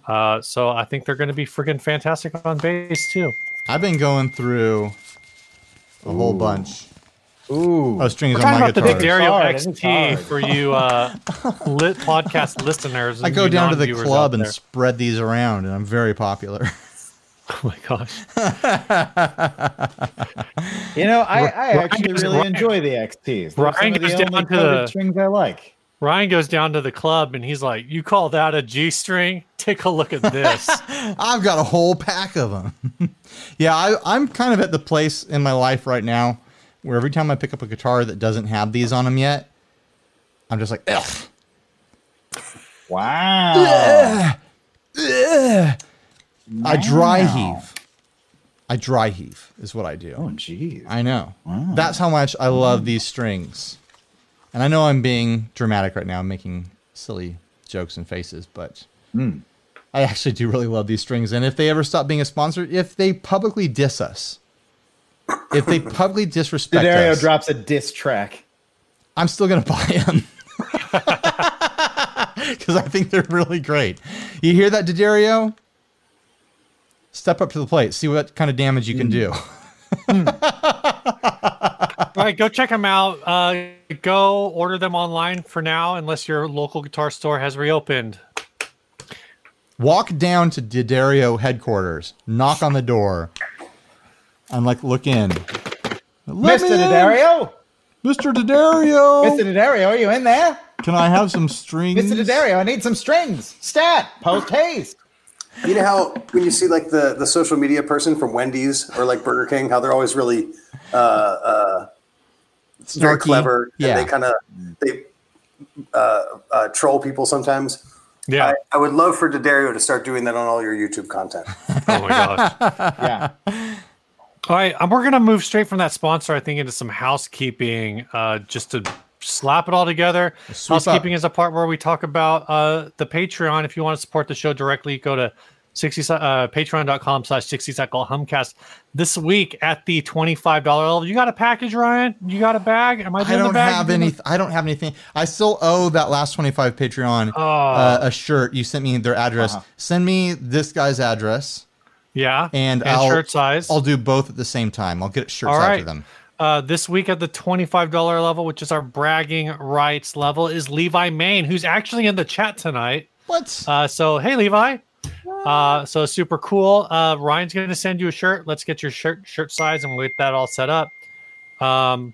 Speaker 2: Uh, so I think they're going to be friggin' fantastic on bass too.
Speaker 1: I've been going through a whole bunch
Speaker 3: Ooh.
Speaker 1: of strings
Speaker 2: We're
Speaker 1: on
Speaker 2: talking
Speaker 1: my
Speaker 2: about the
Speaker 1: guitar.
Speaker 2: Big Dario
Speaker 3: Guitar, that is
Speaker 2: XT
Speaker 3: hard.
Speaker 2: for you uh, lit podcast listeners.
Speaker 1: I
Speaker 2: and
Speaker 1: go
Speaker 2: you
Speaker 1: down to the
Speaker 2: non-viewers
Speaker 1: club
Speaker 2: out
Speaker 1: and
Speaker 2: there.
Speaker 1: spread these around, and I'm very popular.
Speaker 2: oh my gosh,
Speaker 3: You know, I, I
Speaker 2: Ryan
Speaker 3: actually
Speaker 2: goes-
Speaker 3: really
Speaker 2: Ryan-
Speaker 3: enjoy the XTs. They're
Speaker 2: Ryan
Speaker 3: some of
Speaker 2: goes
Speaker 3: the
Speaker 2: down
Speaker 3: only
Speaker 2: to
Speaker 3: covered
Speaker 2: the-
Speaker 3: strings I like.
Speaker 2: Ryan goes down to the club and he's like, "You call that a G string? Take a look at this."
Speaker 1: I've got a whole pack of them. yeah, I, I'm kind of at the place in my life right now where every time I pick up a guitar that doesn't have these on them yet, I'm just like, ugh,
Speaker 3: Wow.
Speaker 1: ugh." I dry
Speaker 3: Wow.
Speaker 1: heave. I dry heave is what I do.
Speaker 3: Oh, jeez.
Speaker 1: I know. That's how much I love these strings. And I know I'm being dramatic right now, I'm making silly jokes and faces, but I actually do really love these strings. And if they ever stop being a sponsor, if they publicly diss us, if they publicly disrespect
Speaker 3: Dario
Speaker 1: us,
Speaker 3: drops a diss track.
Speaker 1: I'm still going to buy them. Because I think they're really great. You hear that, Daddario? Step up to the plate. See what kind of damage you can do.
Speaker 2: All right, go check them out. Uh, go order them online for now, unless your local guitar store has reopened.
Speaker 1: walk down to Didario headquarters, knock on the door, and like look in. Let
Speaker 3: Mr.
Speaker 1: me in, Oh.
Speaker 3: Dario,
Speaker 1: Mr.
Speaker 3: Mr.
Speaker 1: Didario,
Speaker 3: Dario, are you in there?
Speaker 1: can I have some strings?
Speaker 3: Mr. Dario, I need some strings. Stat. Post haste.
Speaker 4: You know how when you see like the the social media person from Wendy's or like Burger King, how they're always really uh,
Speaker 1: Snarky.
Speaker 4: very clever
Speaker 1: Yeah,
Speaker 4: and they kind of they uh, uh, troll people sometimes.
Speaker 2: Yeah.
Speaker 4: I, I would love for Daddario to start doing that on all your YouTube content.
Speaker 2: Oh my gosh.
Speaker 3: Yeah.
Speaker 2: All right, um, we're gonna move straight from that sponsor, I think, into some housekeeping, uh, just to slap it all together.
Speaker 1: Sweep up.
Speaker 2: housekeeping is a part where we talk about uh, the Patreon. If you want to support the show directly, go to 60 se- uh, patreon.com slash 60 cycle humcast this week at the $25 level. You got a package, Ryan? You got a bag? Am I doing
Speaker 1: I
Speaker 2: the
Speaker 1: don't
Speaker 2: bag?
Speaker 1: have
Speaker 2: You doing the-
Speaker 1: any. I don't have anything. I still owe that last twenty-five Patreon
Speaker 2: Oh.
Speaker 1: uh, a shirt. You sent me their address. Send me this guy's address,
Speaker 2: Yeah.
Speaker 1: and, I'll
Speaker 2: shirt size.
Speaker 1: I'll do both at the same time. I'll get shirts
Speaker 2: All
Speaker 1: out
Speaker 2: right.
Speaker 1: to them.
Speaker 2: Uh, this week at the $25 level, which is our bragging rights level, is Levi Main, who's actually in the chat tonight.
Speaker 1: What?
Speaker 2: Uh, so hey, Levi. Uh, so super cool. Uh, Ryan's going to send you a shirt. Let's get your shirt shirt size and we'll get that all set up. Um,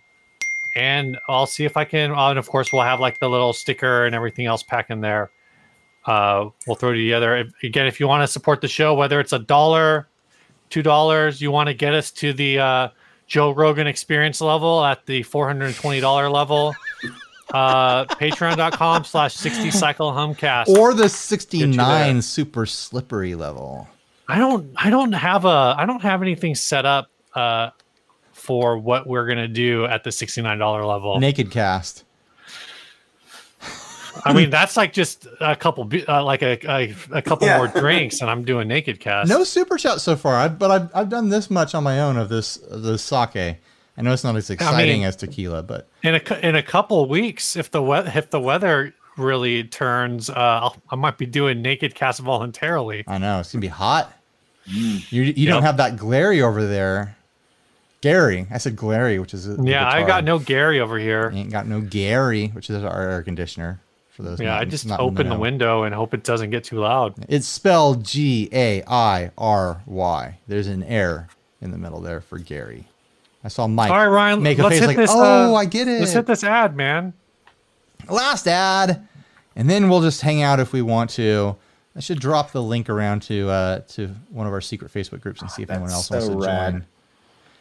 Speaker 2: and I'll see if I can. Oh, and of course, we'll have like the little sticker and everything else packed in there. Uh, we'll throw it together. If, again, if you want to support the show, whether it's a dollar, two dollars, you want to get us to the uh, Joe Rogan Experience level at the four hundred twenty dollar level. Uh, Patreon.com slash sixty cycle humcast.
Speaker 1: or the
Speaker 2: Get you there.
Speaker 1: sixty-nine super slippery level.
Speaker 2: I don't I don't have a I don't have anything set up uh for what we're gonna do at the $69 level.
Speaker 1: Naked cast.
Speaker 2: I mean that's like just a couple be- uh, like a, a a couple
Speaker 4: Yeah.
Speaker 2: more drinks and I'm doing naked cast.
Speaker 1: No super chat so far, I've, but I've, I've done this much on my own of this of the sake. I know it's not as exciting as tequila, but
Speaker 2: in a cou- in a couple weeks if the we- if the weather really turns uh I'll, i might be doing naked cast voluntarily
Speaker 1: I know it's gonna be hot. You you
Speaker 2: Mm. Yep.
Speaker 1: don't have that glary over there, Gary. I said glary, which is a- a
Speaker 2: yeah i
Speaker 1: guitar.
Speaker 2: got no gary over here
Speaker 1: You ain't got no Gary, which is our air conditioner. For those,
Speaker 2: yeah
Speaker 1: not-
Speaker 2: i just
Speaker 1: not in
Speaker 2: open the
Speaker 1: know.
Speaker 2: window and hope it doesn't get too loud
Speaker 1: It's spelled G A I R Y. There's an air in the middle there for Gary. I saw Mike.
Speaker 2: all right ryan
Speaker 1: make a
Speaker 2: let's
Speaker 1: face
Speaker 2: hit
Speaker 1: like,
Speaker 2: this
Speaker 1: "Oh,
Speaker 2: uh,
Speaker 1: I get
Speaker 2: let's
Speaker 1: it."
Speaker 2: hit this ad man
Speaker 1: last ad, and then we'll just hang out if we want to. I should drop the link around to uh, to one of our secret Facebook groups and see if anyone
Speaker 3: Ah, that's
Speaker 1: else wants
Speaker 3: so
Speaker 1: to
Speaker 3: rad.
Speaker 1: join.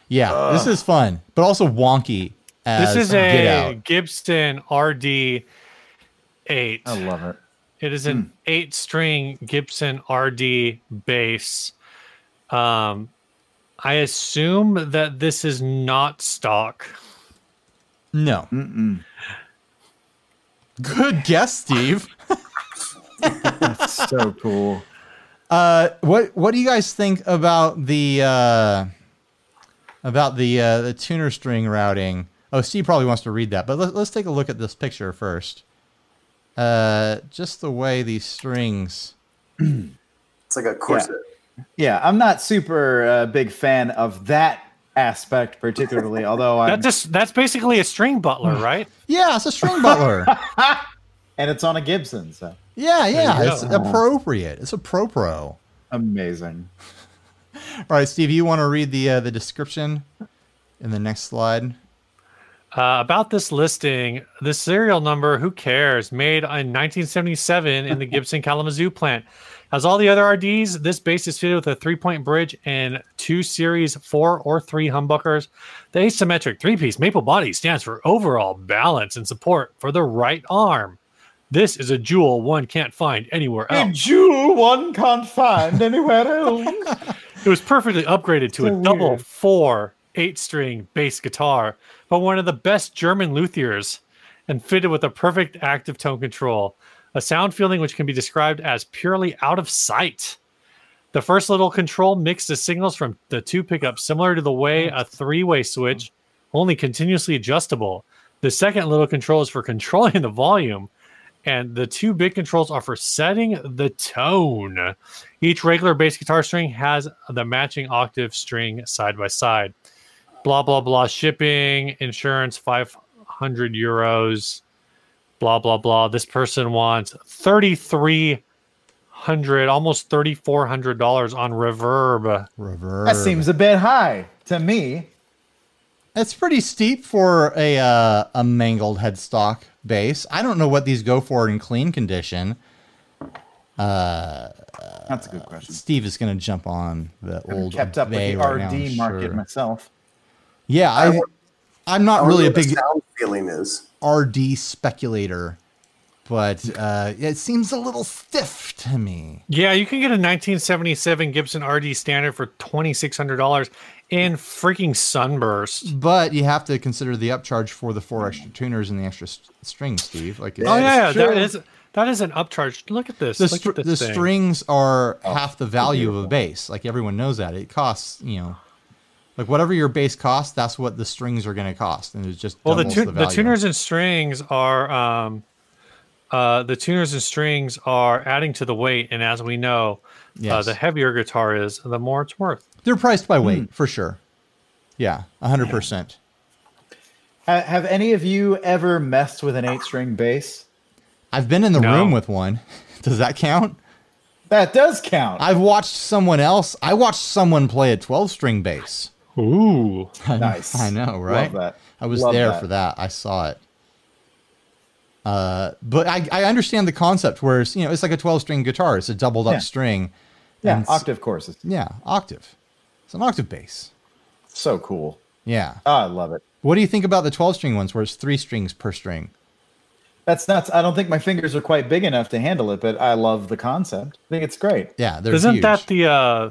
Speaker 1: Yeah, this is fun, but also wonky. As
Speaker 2: this is
Speaker 1: Get
Speaker 2: a
Speaker 1: Out.
Speaker 2: gibson rd 8
Speaker 3: I love it.
Speaker 2: It is an eight string Gibson RD bass. Um, I assume that this is not stock.
Speaker 1: No. Good guess, Steve.
Speaker 3: That's so cool.
Speaker 1: Uh, what what do you guys think about the uh, about the uh, the tuner string routing? Oh, Steve probably wants to read that, but let, let's take a look at this picture first. Uh, just the way these strings.
Speaker 4: It's like a corset.
Speaker 3: Yeah, I'm not super uh, big fan of that aspect particularly. although I
Speaker 2: That just that's basically a string butler, right?
Speaker 1: Yeah, it's a string butler.
Speaker 3: and it's on a Gibson, so
Speaker 1: yeah, yeah,
Speaker 2: There you
Speaker 1: it's
Speaker 2: go.
Speaker 1: appropriate. It's a pro pro.
Speaker 3: amazing.
Speaker 1: All right, Steve, you want to read the uh, the description in the next slide?
Speaker 2: Uh, about this listing, the serial number, who cares? Made in 1977 in the Gibson Kalamazoo plant. As all the other RDs, this bass is fitted with a three point bridge and two series four or three humbuckers. The asymmetric three piece maple body stands for overall balance and support for the right arm. This is a jewel one can't find anywhere
Speaker 1: Oh.
Speaker 2: else.
Speaker 3: jewel one can't find anywhere else.
Speaker 2: It was perfectly upgraded to
Speaker 3: So
Speaker 2: a double
Speaker 3: weird.
Speaker 2: four eight string bass guitar by one of the best German luthiers and fitted with a perfect active tone control, a sound feeling which can be described as purely out of sight. The first little control mixes signals from the two pickups similar to the way a three way switch, only continuously adjustable. The second little control is for controlling the volume, and the two big controls are for setting the tone. Each regular bass guitar string has the matching octave string side by side. Blah blah blah. Shipping, insurance, five hundred euros. Blah blah blah. This person wants thirty three hundred, almost thirty four hundred dollars on Reverb.
Speaker 1: Reverb.
Speaker 3: That seems a bit high to me.
Speaker 1: It's pretty steep for a uh, a mangled headstock base. I don't know what these go for in clean condition.
Speaker 3: That's a good question.
Speaker 1: Steve is going to jump on the old
Speaker 3: Kept up with
Speaker 1: bay
Speaker 3: the
Speaker 1: right
Speaker 3: RD
Speaker 1: now, I'm
Speaker 3: market
Speaker 1: sure.
Speaker 3: myself.
Speaker 1: Yeah, I,
Speaker 4: wonder-
Speaker 1: I'm not really a
Speaker 4: what the
Speaker 1: big
Speaker 4: sound feeling is.
Speaker 1: RD speculator, but uh, it seems a little stiff to me.
Speaker 2: Yeah, you can get a 1977 Gibson RD Standard for twenty six hundred dollars in freaking Sunburst.
Speaker 1: But you have to consider the upcharge for the four extra tuners and the extra s- strings, Steve. Like, it's-
Speaker 2: Oh yeah,
Speaker 3: It's
Speaker 2: that
Speaker 3: true.
Speaker 2: is that is an upcharge. Look at this.
Speaker 1: the,
Speaker 2: Look
Speaker 1: str-
Speaker 2: at this
Speaker 1: the
Speaker 2: thing.
Speaker 1: strings are
Speaker 3: Oh,
Speaker 1: half the value of a bass. Like everyone knows that. It costs, you know, like whatever your bass costs, that's what the strings are going to cost, and it's just
Speaker 2: Well, the,
Speaker 1: doubles
Speaker 2: tu-
Speaker 1: the,
Speaker 2: the
Speaker 1: value.
Speaker 2: tuners and strings are um, uh, the tuners and strings are adding to the weight, and as we know, uh,
Speaker 1: Yes.
Speaker 2: the heavier guitar is, the more it's worth.
Speaker 1: they're priced by weight
Speaker 3: Hmm.
Speaker 1: for sure. Yeah, hundred percent.
Speaker 3: Ha- have any of you ever messed with an eight string bass?
Speaker 1: I've been in the
Speaker 2: No.
Speaker 1: room with one. Does that count?
Speaker 3: That does count.
Speaker 1: I've watched someone else. I watched someone play a twelve-string bass.
Speaker 2: Ooh,
Speaker 3: nice.
Speaker 1: I know, right?
Speaker 3: Love that.
Speaker 1: I was
Speaker 3: Love
Speaker 1: there
Speaker 3: that.
Speaker 1: for that. I saw it. Uh, but I, I understand the concept where it's, you know, it's like a 12 string guitar. It's a doubled up
Speaker 3: Yeah.
Speaker 1: string.
Speaker 3: Yeah,
Speaker 1: And s-
Speaker 3: octave courses.
Speaker 1: Yeah. Octave. It's an octave bass.
Speaker 3: So cool.
Speaker 1: Yeah.
Speaker 3: Oh, I love it.
Speaker 1: What do you think about the 12 string ones where it's three strings per string?
Speaker 3: That's nuts. I don't think my fingers are quite big enough to handle it, but I love the concept. I think it's great.
Speaker 1: Yeah. They're
Speaker 2: isn't
Speaker 1: huge.
Speaker 2: that the uh,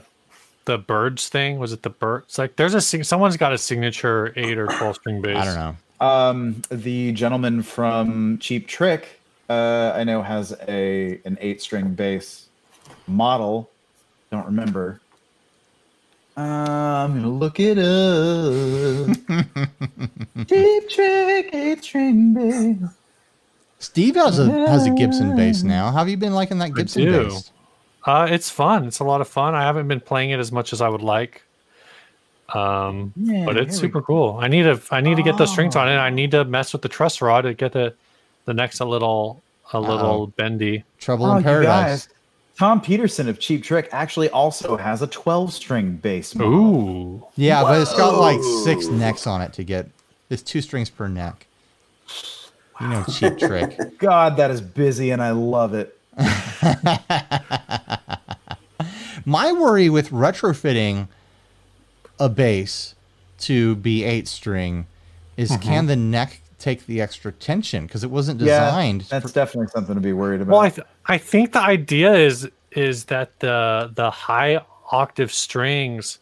Speaker 2: the birds thing? Was it the birds? Like, there's a sig- someone's got a signature eight or twelve string bass.
Speaker 1: I don't know.
Speaker 3: Um, the gentleman from Cheap Trick, uh, I know has a an eight string bass model. Don't remember. Uh, I'm gonna look it up. Deep trick, eight string bass.
Speaker 1: Steve has a has a Gibson bass now. Have you been liking that Gibson
Speaker 2: do.
Speaker 1: bass?
Speaker 2: Uh, it's fun. It's a lot of fun. I haven't been playing it as much as I would like. Um,
Speaker 3: Yeah,
Speaker 2: but it's
Speaker 3: here we Oh.
Speaker 2: super cool. I need to I need to get those strings on it. I need to mess with the truss rod to get the the next a little a little bendy.
Speaker 1: Trouble
Speaker 3: Oh,
Speaker 1: in
Speaker 3: you
Speaker 1: Paradise.
Speaker 3: guys. Tom Peterson of Cheap Trick actually also has a 12 string bass. model.
Speaker 2: Ooh.
Speaker 1: Yeah, but it's got like six necks on it to get. It's two strings per neck. You know, cheap trick.
Speaker 3: God, that is busy and I love it.
Speaker 1: My worry with retrofitting a bass to be eight string is can the neck take the extra tension because it wasn't designed.
Speaker 3: Mm-hmm. yeah, that's definitely something to be worried about.
Speaker 2: Well, I th- I think the idea is is that the the high octave strings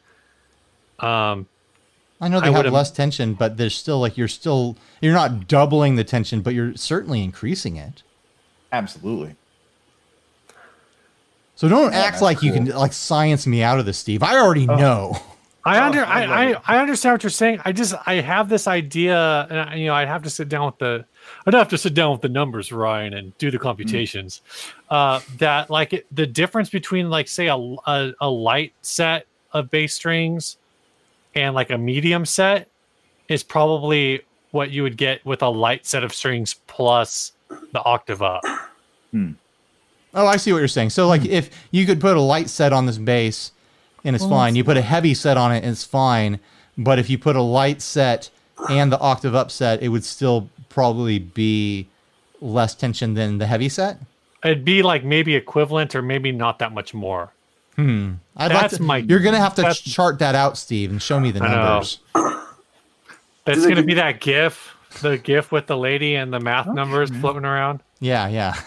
Speaker 2: um
Speaker 1: I know they
Speaker 2: I
Speaker 1: have
Speaker 2: would've-
Speaker 1: less tension, but there's still like you're still you're not doubling the tension, but you're certainly increasing it.
Speaker 3: Absolutely.
Speaker 1: So don't act like you can like science me out of this, Steve. I already know.
Speaker 2: I under
Speaker 3: I love
Speaker 2: I,
Speaker 3: it.
Speaker 2: I, I understand what you're saying. I just I have this idea, and I, you know I'd have to sit down with the I'd have to sit down with the numbers, Ryan, and do the computations. Uh, that like it, the difference between like say a, a a light set of bass strings and like a medium set is probably what you would get with a light set of strings plus the octave up.
Speaker 1: Oh, I see what you're saying. So like if you could put a light set on this bass and it's fine. You put a heavy set on it and it's fine. But if you put a light set and the octave up set, it would still probably be less tension than the heavy set.
Speaker 2: It'd be like maybe equivalent or maybe not that much more.
Speaker 1: I'd
Speaker 2: That's
Speaker 1: like to,
Speaker 2: my-
Speaker 1: You're gonna have to
Speaker 2: that's-
Speaker 1: chart that out, Steve, and show me the
Speaker 2: I know.
Speaker 1: numbers.
Speaker 2: That's
Speaker 4: Does it
Speaker 2: gonna
Speaker 4: give-
Speaker 2: be that GIF, the GIF with the lady and the
Speaker 3: Oh,
Speaker 2: math numbers floating around.
Speaker 1: Yeah, yeah,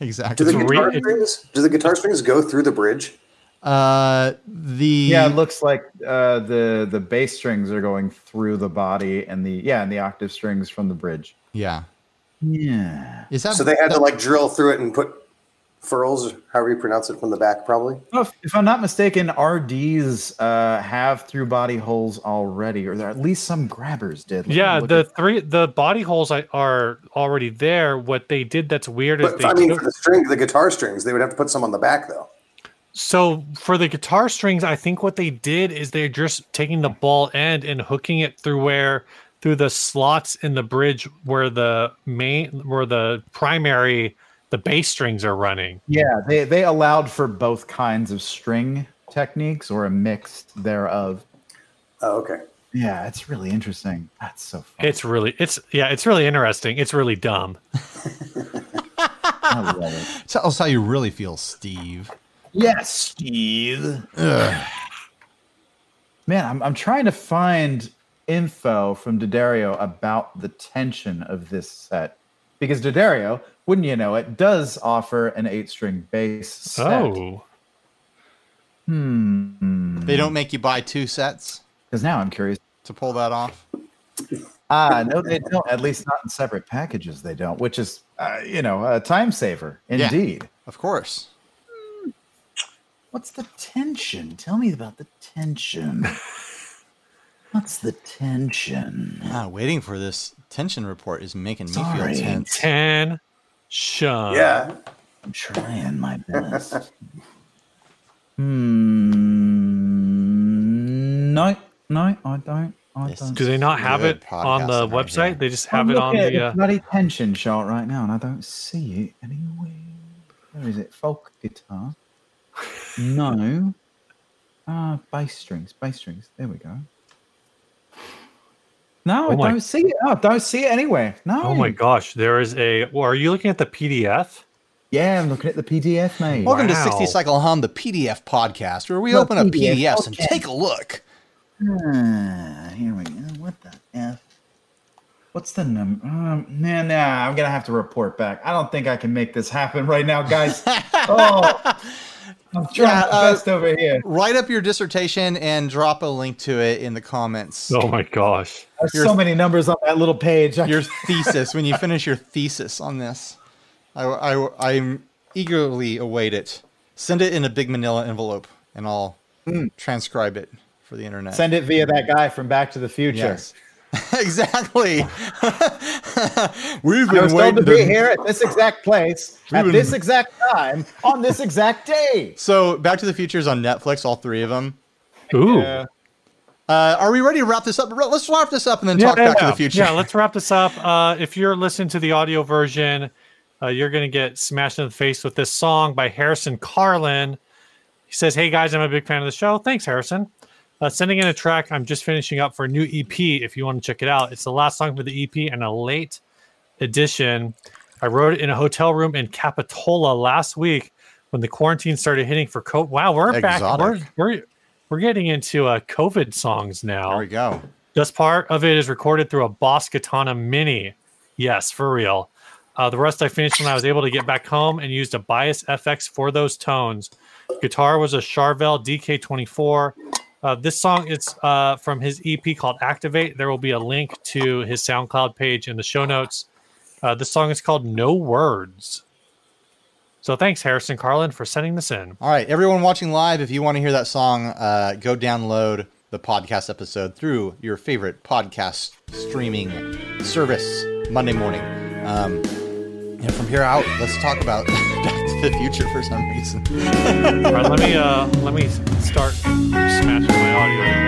Speaker 4: Do
Speaker 1: exactly.
Speaker 4: the
Speaker 2: It's
Speaker 4: guitar
Speaker 2: re-
Speaker 4: strings? Do the guitar strings go through the bridge?
Speaker 1: Uh, the
Speaker 3: Yeah, it looks like uh, the the bass strings are going through the body and the yeah, and the octave strings from the bridge.
Speaker 1: yeah.
Speaker 3: Yeah.
Speaker 1: Is that
Speaker 4: So they had to
Speaker 1: that-
Speaker 4: like drill through it and put furls, however you pronounce it, from the back, probably.
Speaker 3: If, if I'm not mistaken, RDs uh, have through body holes already, or there, at least some grabbers did. Let me
Speaker 2: Yeah,
Speaker 3: look
Speaker 2: the
Speaker 3: at-
Speaker 2: three the body holes I- are already there. What they did that's weird is
Speaker 4: But
Speaker 2: they
Speaker 4: I mean,
Speaker 2: took-
Speaker 4: for the string, the guitar strings, they would have to put some on the back though.
Speaker 2: so for the guitar strings, I think what they did is they're just taking the ball end and hooking it through where through the slots in the bridge where the main where the primary the bass strings are running.
Speaker 3: yeah, they they allowed for both kinds of string techniques or a mix thereof.
Speaker 4: Oh, okay.
Speaker 3: Yeah, it's really interesting. That's so fun.
Speaker 2: It's really it's yeah, it's really interesting. It's really dumb.
Speaker 3: I love it.
Speaker 1: Tell us how you really feel, Steve.
Speaker 3: Yes, Steve. Man, I'm, I'm trying to find info from Daddario about the tension of this set because Daddario, wouldn't you know it, does offer an eight string bass set.
Speaker 2: Oh.
Speaker 3: Hmm.
Speaker 1: They don't make you buy two sets
Speaker 3: Because now I'm curious.
Speaker 1: to pull that off.
Speaker 3: Ah, no, they don't. At least not in separate packages, they don't, which is, uh, you know, a time saver
Speaker 1: Yeah.
Speaker 3: indeed.
Speaker 1: Of course.
Speaker 3: What's the tension? Tell me about the tension. What's the tension?
Speaker 1: Ah, waiting for this tension report is making me
Speaker 3: Sorry.
Speaker 1: feel tense.
Speaker 2: Ten shun.
Speaker 4: Yeah.
Speaker 3: I'm trying my best. hmm. No, no, I don't. I
Speaker 1: This
Speaker 3: don't.
Speaker 2: Do they not have
Speaker 1: Good
Speaker 2: it on the
Speaker 1: podcasting right
Speaker 2: website?
Speaker 1: here.
Speaker 2: they just have
Speaker 3: I'm
Speaker 2: it on
Speaker 3: looking at
Speaker 2: the. Uh,
Speaker 3: bloody tension chart right now, and I don't see it anywhere. Where is it? Folk guitar. No. Ah, bass strings. Bass strings. There we go. No,
Speaker 2: Oh
Speaker 3: I
Speaker 2: my-
Speaker 3: don't see it. Oh, I don't see it anywhere. No.
Speaker 2: oh my gosh, there is a. Well, are you looking at the PDF?
Speaker 3: Yeah, I'm looking at the PDF, mate.
Speaker 1: Welcome to
Speaker 2: Wow.
Speaker 1: 60 Cycle Hum, the PDF podcast, where we
Speaker 3: The
Speaker 1: open up
Speaker 3: PDF
Speaker 1: PDFs and
Speaker 3: podcast.
Speaker 1: take a look.
Speaker 3: Ah, here we go. What the f? What's the number? Um, man, nah, I'm gonna have to report back. I don't think I can make this happen right now, guys. oh, I'm trying
Speaker 1: Yeah,
Speaker 3: my
Speaker 1: uh,
Speaker 3: best over here.
Speaker 1: Write up your dissertation and drop a link to it in the comments.
Speaker 2: Oh my gosh.
Speaker 3: There's
Speaker 1: your-
Speaker 3: so many numbers on that little page. I-
Speaker 1: Your thesis, when you finish your thesis on this, I, I, am
Speaker 3: Hmm.
Speaker 1: eagerly await it. Send it in a big manila envelope and I'll transcribe it for for the internet.
Speaker 3: Send it via that guy from Back to the Future.
Speaker 1: Yes. exactly. We've
Speaker 3: I was
Speaker 1: been
Speaker 3: told to
Speaker 1: waiting
Speaker 3: be here at this exact place at
Speaker 1: Dude.
Speaker 3: this exact time on this exact day.
Speaker 1: So, Back to the Future's on Netflix, all three of them.
Speaker 2: Ooh.
Speaker 3: Yeah.
Speaker 1: Uh, are we ready to wrap this up? Re- Let's wrap this up and then talk Back to the Future.
Speaker 2: Yeah, let's wrap this up. Uh, if you're listening to the audio version, uh, you're going to get smashed in the face with this song by Harrison Carlin. He says, Hey guys, I'm a big fan of the show. Thanks, Harrison. Uh, sending in a track I'm just finishing up for a new EP if you want to check it out. It's the last song for the EP and a late edition. I wrote it in a hotel room in Capitola last week when the quarantine started hitting for COVID. Wow, we're back. We're,
Speaker 1: Exotic.
Speaker 2: we're, we're getting into uh, COVID songs now.
Speaker 1: There we go.
Speaker 2: This part of it is recorded through a Boss Katana Mini. Yes, for real. Uh, the rest I finished when I was able to get back home and used a Bias FX for those tones. Guitar was a Charvel DK24. Uh, this song is uh, from his EP called Activate. There will be a link to his SoundCloud page in the show notes. Uh, this song is called No Words. So thanks, Harrison Carlin, for sending this in.
Speaker 1: All right, everyone watching live, if you want to hear that song, uh, go download the podcast episode through your favorite podcast streaming service Monday morning. Um, and from here out, let's talk about Back to the Future for some reason.
Speaker 2: All right, let me uh, let me start smashing my audio.